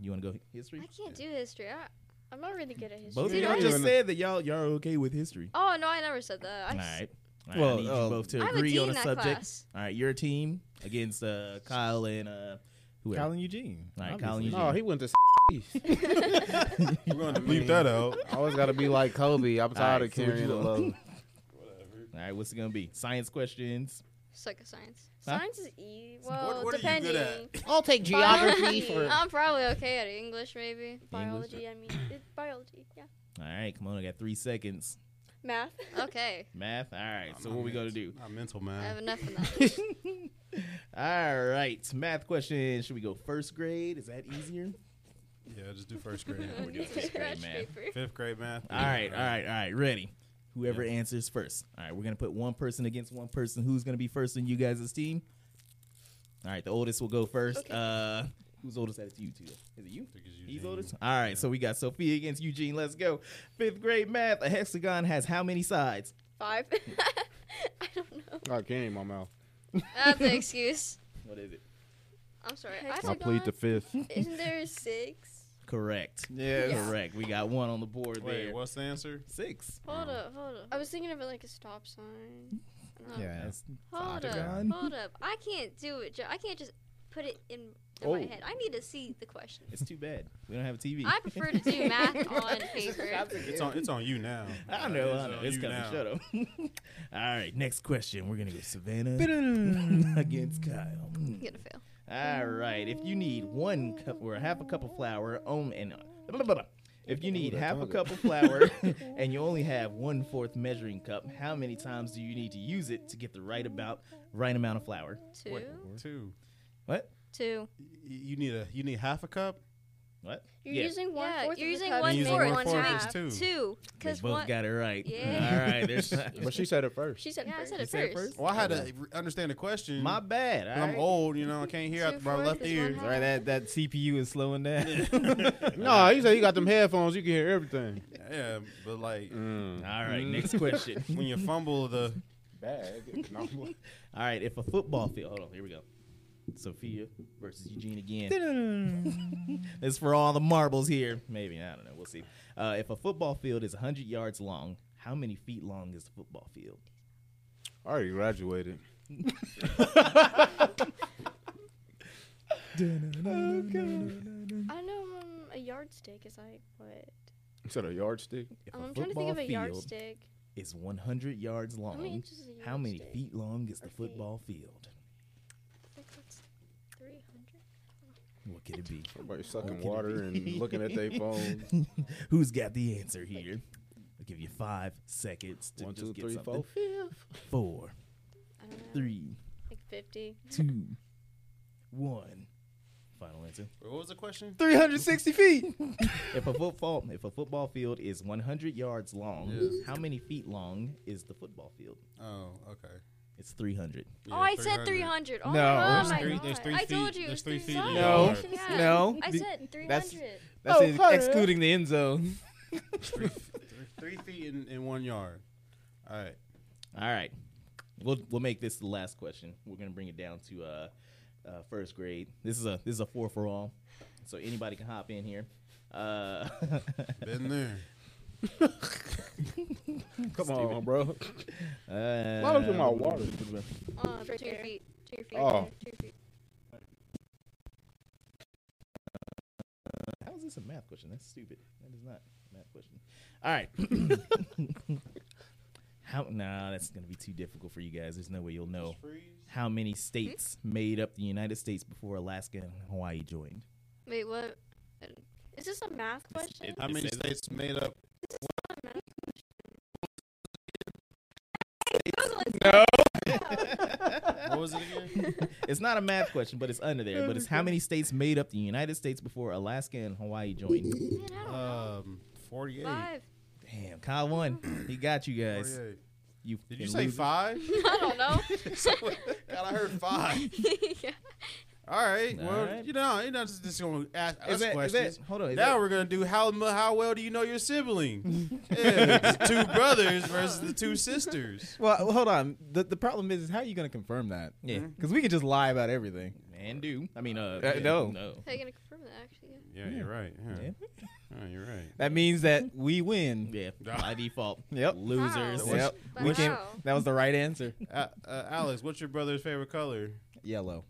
You want to go history? I can't do history. I, I'm not really good at history. Both of Dude, y'all I just even- said that y'all y'all are okay with history. Oh no, I never said that. I, All s- right. All right, I Well, need you uh, both to I'm a agree D on in a that subject. class. All right, your team against uh, Kyle and uh, whoever. Colin Eugene. All right, Colin Eugene. obviously. Oh, no, Oh, he went to. We're going to bleep that out. I always gotta be like Kobe. I'm tired Alright, of so what you carrying a want? load. Oh, All right, what's it gonna be? Science questions. Psychoscience. Huh? Science is easy. Well, what are you depending. good at? I'll take geography geography for- for. I'm probably okay at English, maybe. Biology, I mean, it, biology. Yeah. All right, come on, I got three seconds. Math. Okay, Math. All right, so I'm what we not gonna ment- do? Not mental, I have man. enough of that. All right, math question. Should we go first grade? Is that easier? Yeah, just do first grade. I need to scratch man. paper. Fifth grade math. All right, all right, all right. Ready? Whoever answers first. All right, we're gonna put one person against one person. Who's gonna be first in you guys' team? All right, the oldest will go first. Okay. Uh, who's oldest? That it's you two. Is it you? Because He's Eugene- oldest. All right, so we got Sophia against Eugene. Let's go. Fifth grade math. A hexagon has how many sides? Five. I don't know. I can't in my mouth. That's the excuse. What is it? I'm sorry. Hexagon. I plead the. fifth. Isn't there six? Correct. Yes. Correct. We got one on the board Wait, there. what's the answer? Six. Hold up, hold up. I was thinking of it like a stop sign. Yeah. That's- Hold up, octagon. hold up. I can't do it, Joe. I can't just put it in, in my Oh. head. I need to see the question. It's too bad. We don't have a TV. I prefer to do math on paper. It's on. It's on you now. I don't know. I It's know. on It's you coming. now. Shut up. All right. Next question. We're going to go Savannah against Kyle. I'm gonna fail. All right. If you need one cup or half a cup of flour on and blah, blah, blah. if you need half a cup of flour and you only have one fourth measuring cup, how many times do you need to use it to get the right about right amount of flour? Two, Two. What? two. Y- You need a. You need half a cup. What? You're Yeah. using one yeah, fourth. you're of using the cup one and Using fourth, one one fourth half, is two. two. They Because both one. got it right. Yeah. All right. There's But she said it first. She said yeah, I first. said it said it first. first? Well, I had to re- understand the question. my bad. all I'm right? old, you know. I can't hear Two out my fourth left is one ear. half. All right, that that CPU is slowing down. No, he said you got them headphones. You can hear everything. Mm. Yeah, but like All right. Mm. Next question. when you fumble the Bad. All right, if a football field. Hold on, here we go. Sophia versus Eugene again. It's for all the marbles here. Maybe I don't know. We'll see. Uh, if a football field is 100 yards long, how many feet long is the football field? I already graduated. I know um, a yardstick is like what? You said a yardstick. If Um, a I'm trying to football think of a field yardstick. is 100 yards long, How many inches is a yardstick? how many feet long is the Or feet. football field? I think that's 300. What could it be? Everybody sucking water and looking at their phone. Who's got the answer here? I'll give you five seconds to One, just two, get three, something. four, Four, I don't know. three, Like 50. two, one. Final wanted to. Wait, What was the question? 360 feet. If a football if a football field is 100 yards long, Yeah. how many feet long is the football field? Oh, okay. It's 300. Oh, I said 300. Oh, No, my there's God. three- there's three I told feet- you. there's it's three feet in sides. the yard. Yeah. Um, No. No. I said 300. That's- That's Oh, ex- hurry up. excluding the end zone. three, three feet in, in one yard. All right. All right. We'll we'll make this the last question. We're gonna bring it down to uh, uh, first grade. This is a this is a four for all, so anybody can hop in here. Uh, Been there. Come on, bro. uh, Why don't you my water? Uh, to your feet. To your feet. Oh. To your feet. uh, How is this a math question? That's stupid. That is not a math question. All right. How? Nah, that's gonna be too difficult for you guys. There's no way you'll know how many states made up the United States before Alaska and Hawaii joined. Wait, what? Is this a math question? How many states made up? No. What was it again? It's not a math question, but it's under there. But it's how many states made up the United States before Alaska and Hawaii joined? Man, I don't know. Um, 48. Five. Damn, Kyle won. He got you guys. 48. You Oh, Did you fucking say losers. five? I don't know. God, I heard five. yeah. All right. Well, All right. you know, you're not just, just going to ask us Is that, is questions. that, hold on. Is now that, we're gonna do how mu- how well do you know your sibling? yeah, it's two brothers versus the two sisters. Well, well, hold on. The, the problem is, is how are you going to confirm that? Mm-hmm. yeah, Because we could just lie about everything. man, do I mean uh, Uh, yeah, no. no. How you gonna confirm that actually? Yeah. Yeah, you're right. Yeah. you're right. That means that we win. Yeah, by default. Yep. Losers. Wow. Yep. Wow. We can That was the right answer. Uh, uh, Alex, what's your brother's favorite color? Yellow.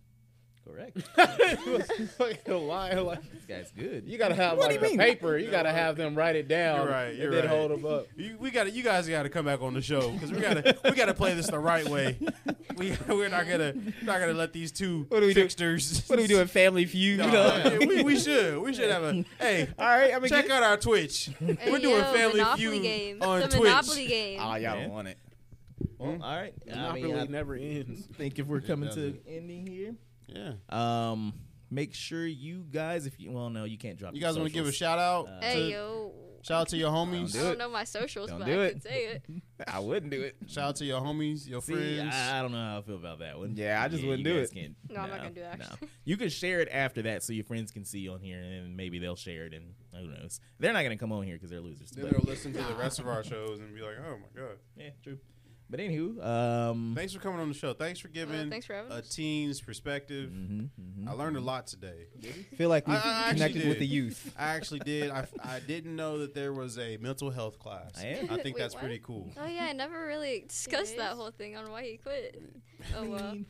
Correct. Fucking liar. Like, This guy's good. you gotta have What do like you a mean? paper. You gotta have them write it down. You're right, you're and then right. hold them up. You, we got to You guys got to come back on the show because we got to we got to play this the right way. We we're not gonna not gonna let these two What do we do? tricksters. What are we doing? Family feud? No, yeah, we, we should we should have a hey. All right. I mean, Check out our Twitch. Hey, We're doing yo, Family Monopoly Feud game. on the Twitch. Monopoly game. Oh, y'all Yeah. don't want it. Hmm? Well, all right. I Monopoly mean, I never ends. think if we're coming to doesn't. ending here, Yeah, um, make sure you guys, if you well, no, you can't drop. you your guys want to give a socials. shout out? Uh, hey to- yo. Shout out to your homies. I do don't it. know my socials, Don't but do I it. can say it. I wouldn't do it. Shout out to your homies, your See, friends. I, I don't know how I feel about that one. Yeah, I just wouldn't you do guys it. can't- No, I'm not gonna do that, actually. You can share it after that, so your friends can see on here, and then maybe they'll share it, and who knows? They're not gonna come on here because they're losers. then but- they'll listen to the rest of our shows and be like, "Oh my god!" Mm-hmm. yeah, true. But anywho, um, Thanks for coming on the show. Thanks for Uh, giving thanks for having a us. teen's perspective. mhm, mhm. I learned a lot today. Mm-hmm. Feel like we I- I actually connected did. with the youth. I actually did. I, I didn't know that there was a mental health class. I am. I think Wait, that's what? pretty cool. Oh yeah, I never really discussed that is? whole thing on why he quit. Oh well. you,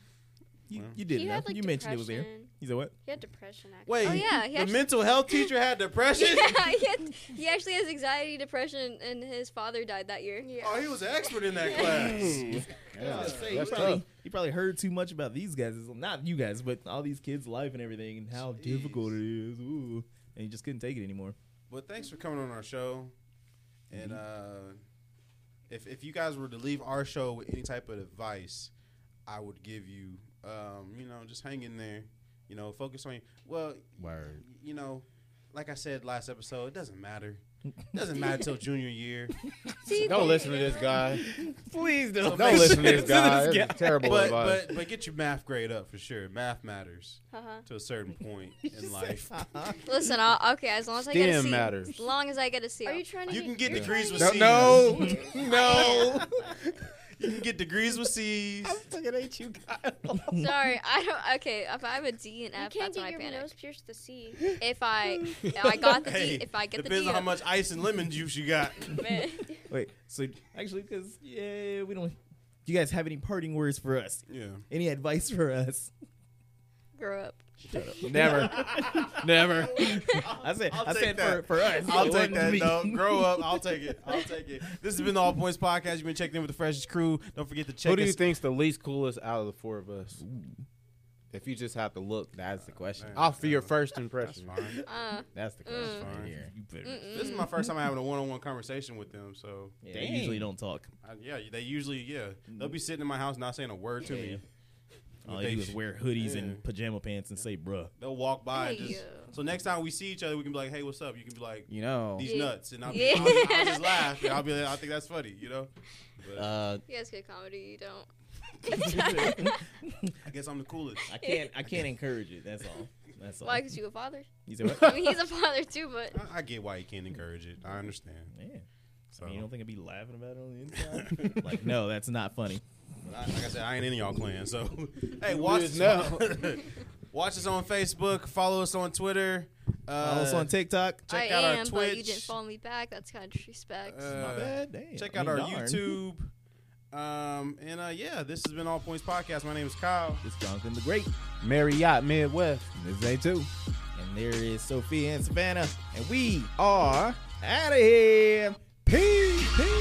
Well. you did. He know. had, like, you mentioned it was there. depression. You said what? He had depression. Actually. Wait, Oh, yeah, he the actually- mental health teacher had depression. yeah, he, had, he actually has anxiety, depression, and his father died that year. Oh, he was an expert in that class. I was gonna say, that's you, probably, tough. you probably heard too much about these guys. It's Not you guys, but all these kids' life and everything, and how difficult it is. Ooh. And you just couldn't take it anymore. But thanks for coming on our show. Mm-hmm. And uh, if if you guys were to leave our show with any type of advice, I would give you, um, you know, just hang in there. You know, focus on. Well, Word. you know, like I said last episode, it doesn't matter. It doesn't matter till junior year. Don't listen to this guy. Please So make don't. Don't listen to sure- this guy. That's terrible But, advice. but but get your math grade up for sure. Math matters Uh-huh. to a certain point in life. Listen, I'll, okay, as long as I get a STEM C. matters. As long as I get a C. Are I'll- you trying to? You be- can get you're degrees trying with to No, C's. no, I no. You can get degrees with C's. Fucking hate you, Kyle. Sorry, I don't. Okay, if I have a D and be- You F, can't that's when get I your panic. nose pierced with a C. If I, if I got the D, Hey, if I get the Depends D, on how up, much ice and lemon juice you got. man. Wait, so actually, because yeah, we don't. Do you guys have any parting words for us? Yeah. Any advice for us? grow up. Never, never. I said, I'll i take said for, that. for us. I'll It take wasn't that, me. though. Grow up. I'll take it. I'll take it. This has been the All Points Podcast. You've been checking in with the freshest crew. Don't forget to check Who do us. you think's the least coolest out of the four of us? If you just have to look, That's the question. Man. off of your first That's impression. fine. Uh, That's the Mm. question Fine. right here. You better. This is my first time having a one-on-one conversation with them, so Yeah, they Dang. usually don't talk. I, yeah, they usually yeah they'll be sitting in my house not saying a word to Yeah. me. All But you they do is sh- wear hoodies yeah. and pajama pants and say, bruh. They'll walk by. And Hey, just, yo. so next time we see each other, we can be like, "Hey, what's up?" You can be like, You know, "These Yeah. nuts," and I'll, be, Yeah. I'll, I'll just laugh. And I'll be like, "I think that's funny," you know. But Uh, You guys good comedy, you don't. I guess I'm the coolest. I can't I can't encourage it. That's all. That's all. Why? Because you a father. you say what? I mean, he's a father too, but I, I get why you can't encourage it. I understand. Yeah. I So, mean, you don't think I'd be laughing about it on the inside? like, no, that's not funny. but I, like I said, I ain't in y'all clan. So, hey, watch us is watch us on Facebook. Follow us on Twitter. Uh, also on TikTok. check I out our am. But you didn't Twitch. follow me back. That's kind of disrespect. Uh, My bad. Damn. check I out mean, our darn. YouTube. Um, and uh, yeah, this has been All Points Podcast. My name is Kyle. It's Jonathan the Great. Marriott Midwest. This is A2. And there is Sophia and Savannah. And we are out of here. Peace. Peace.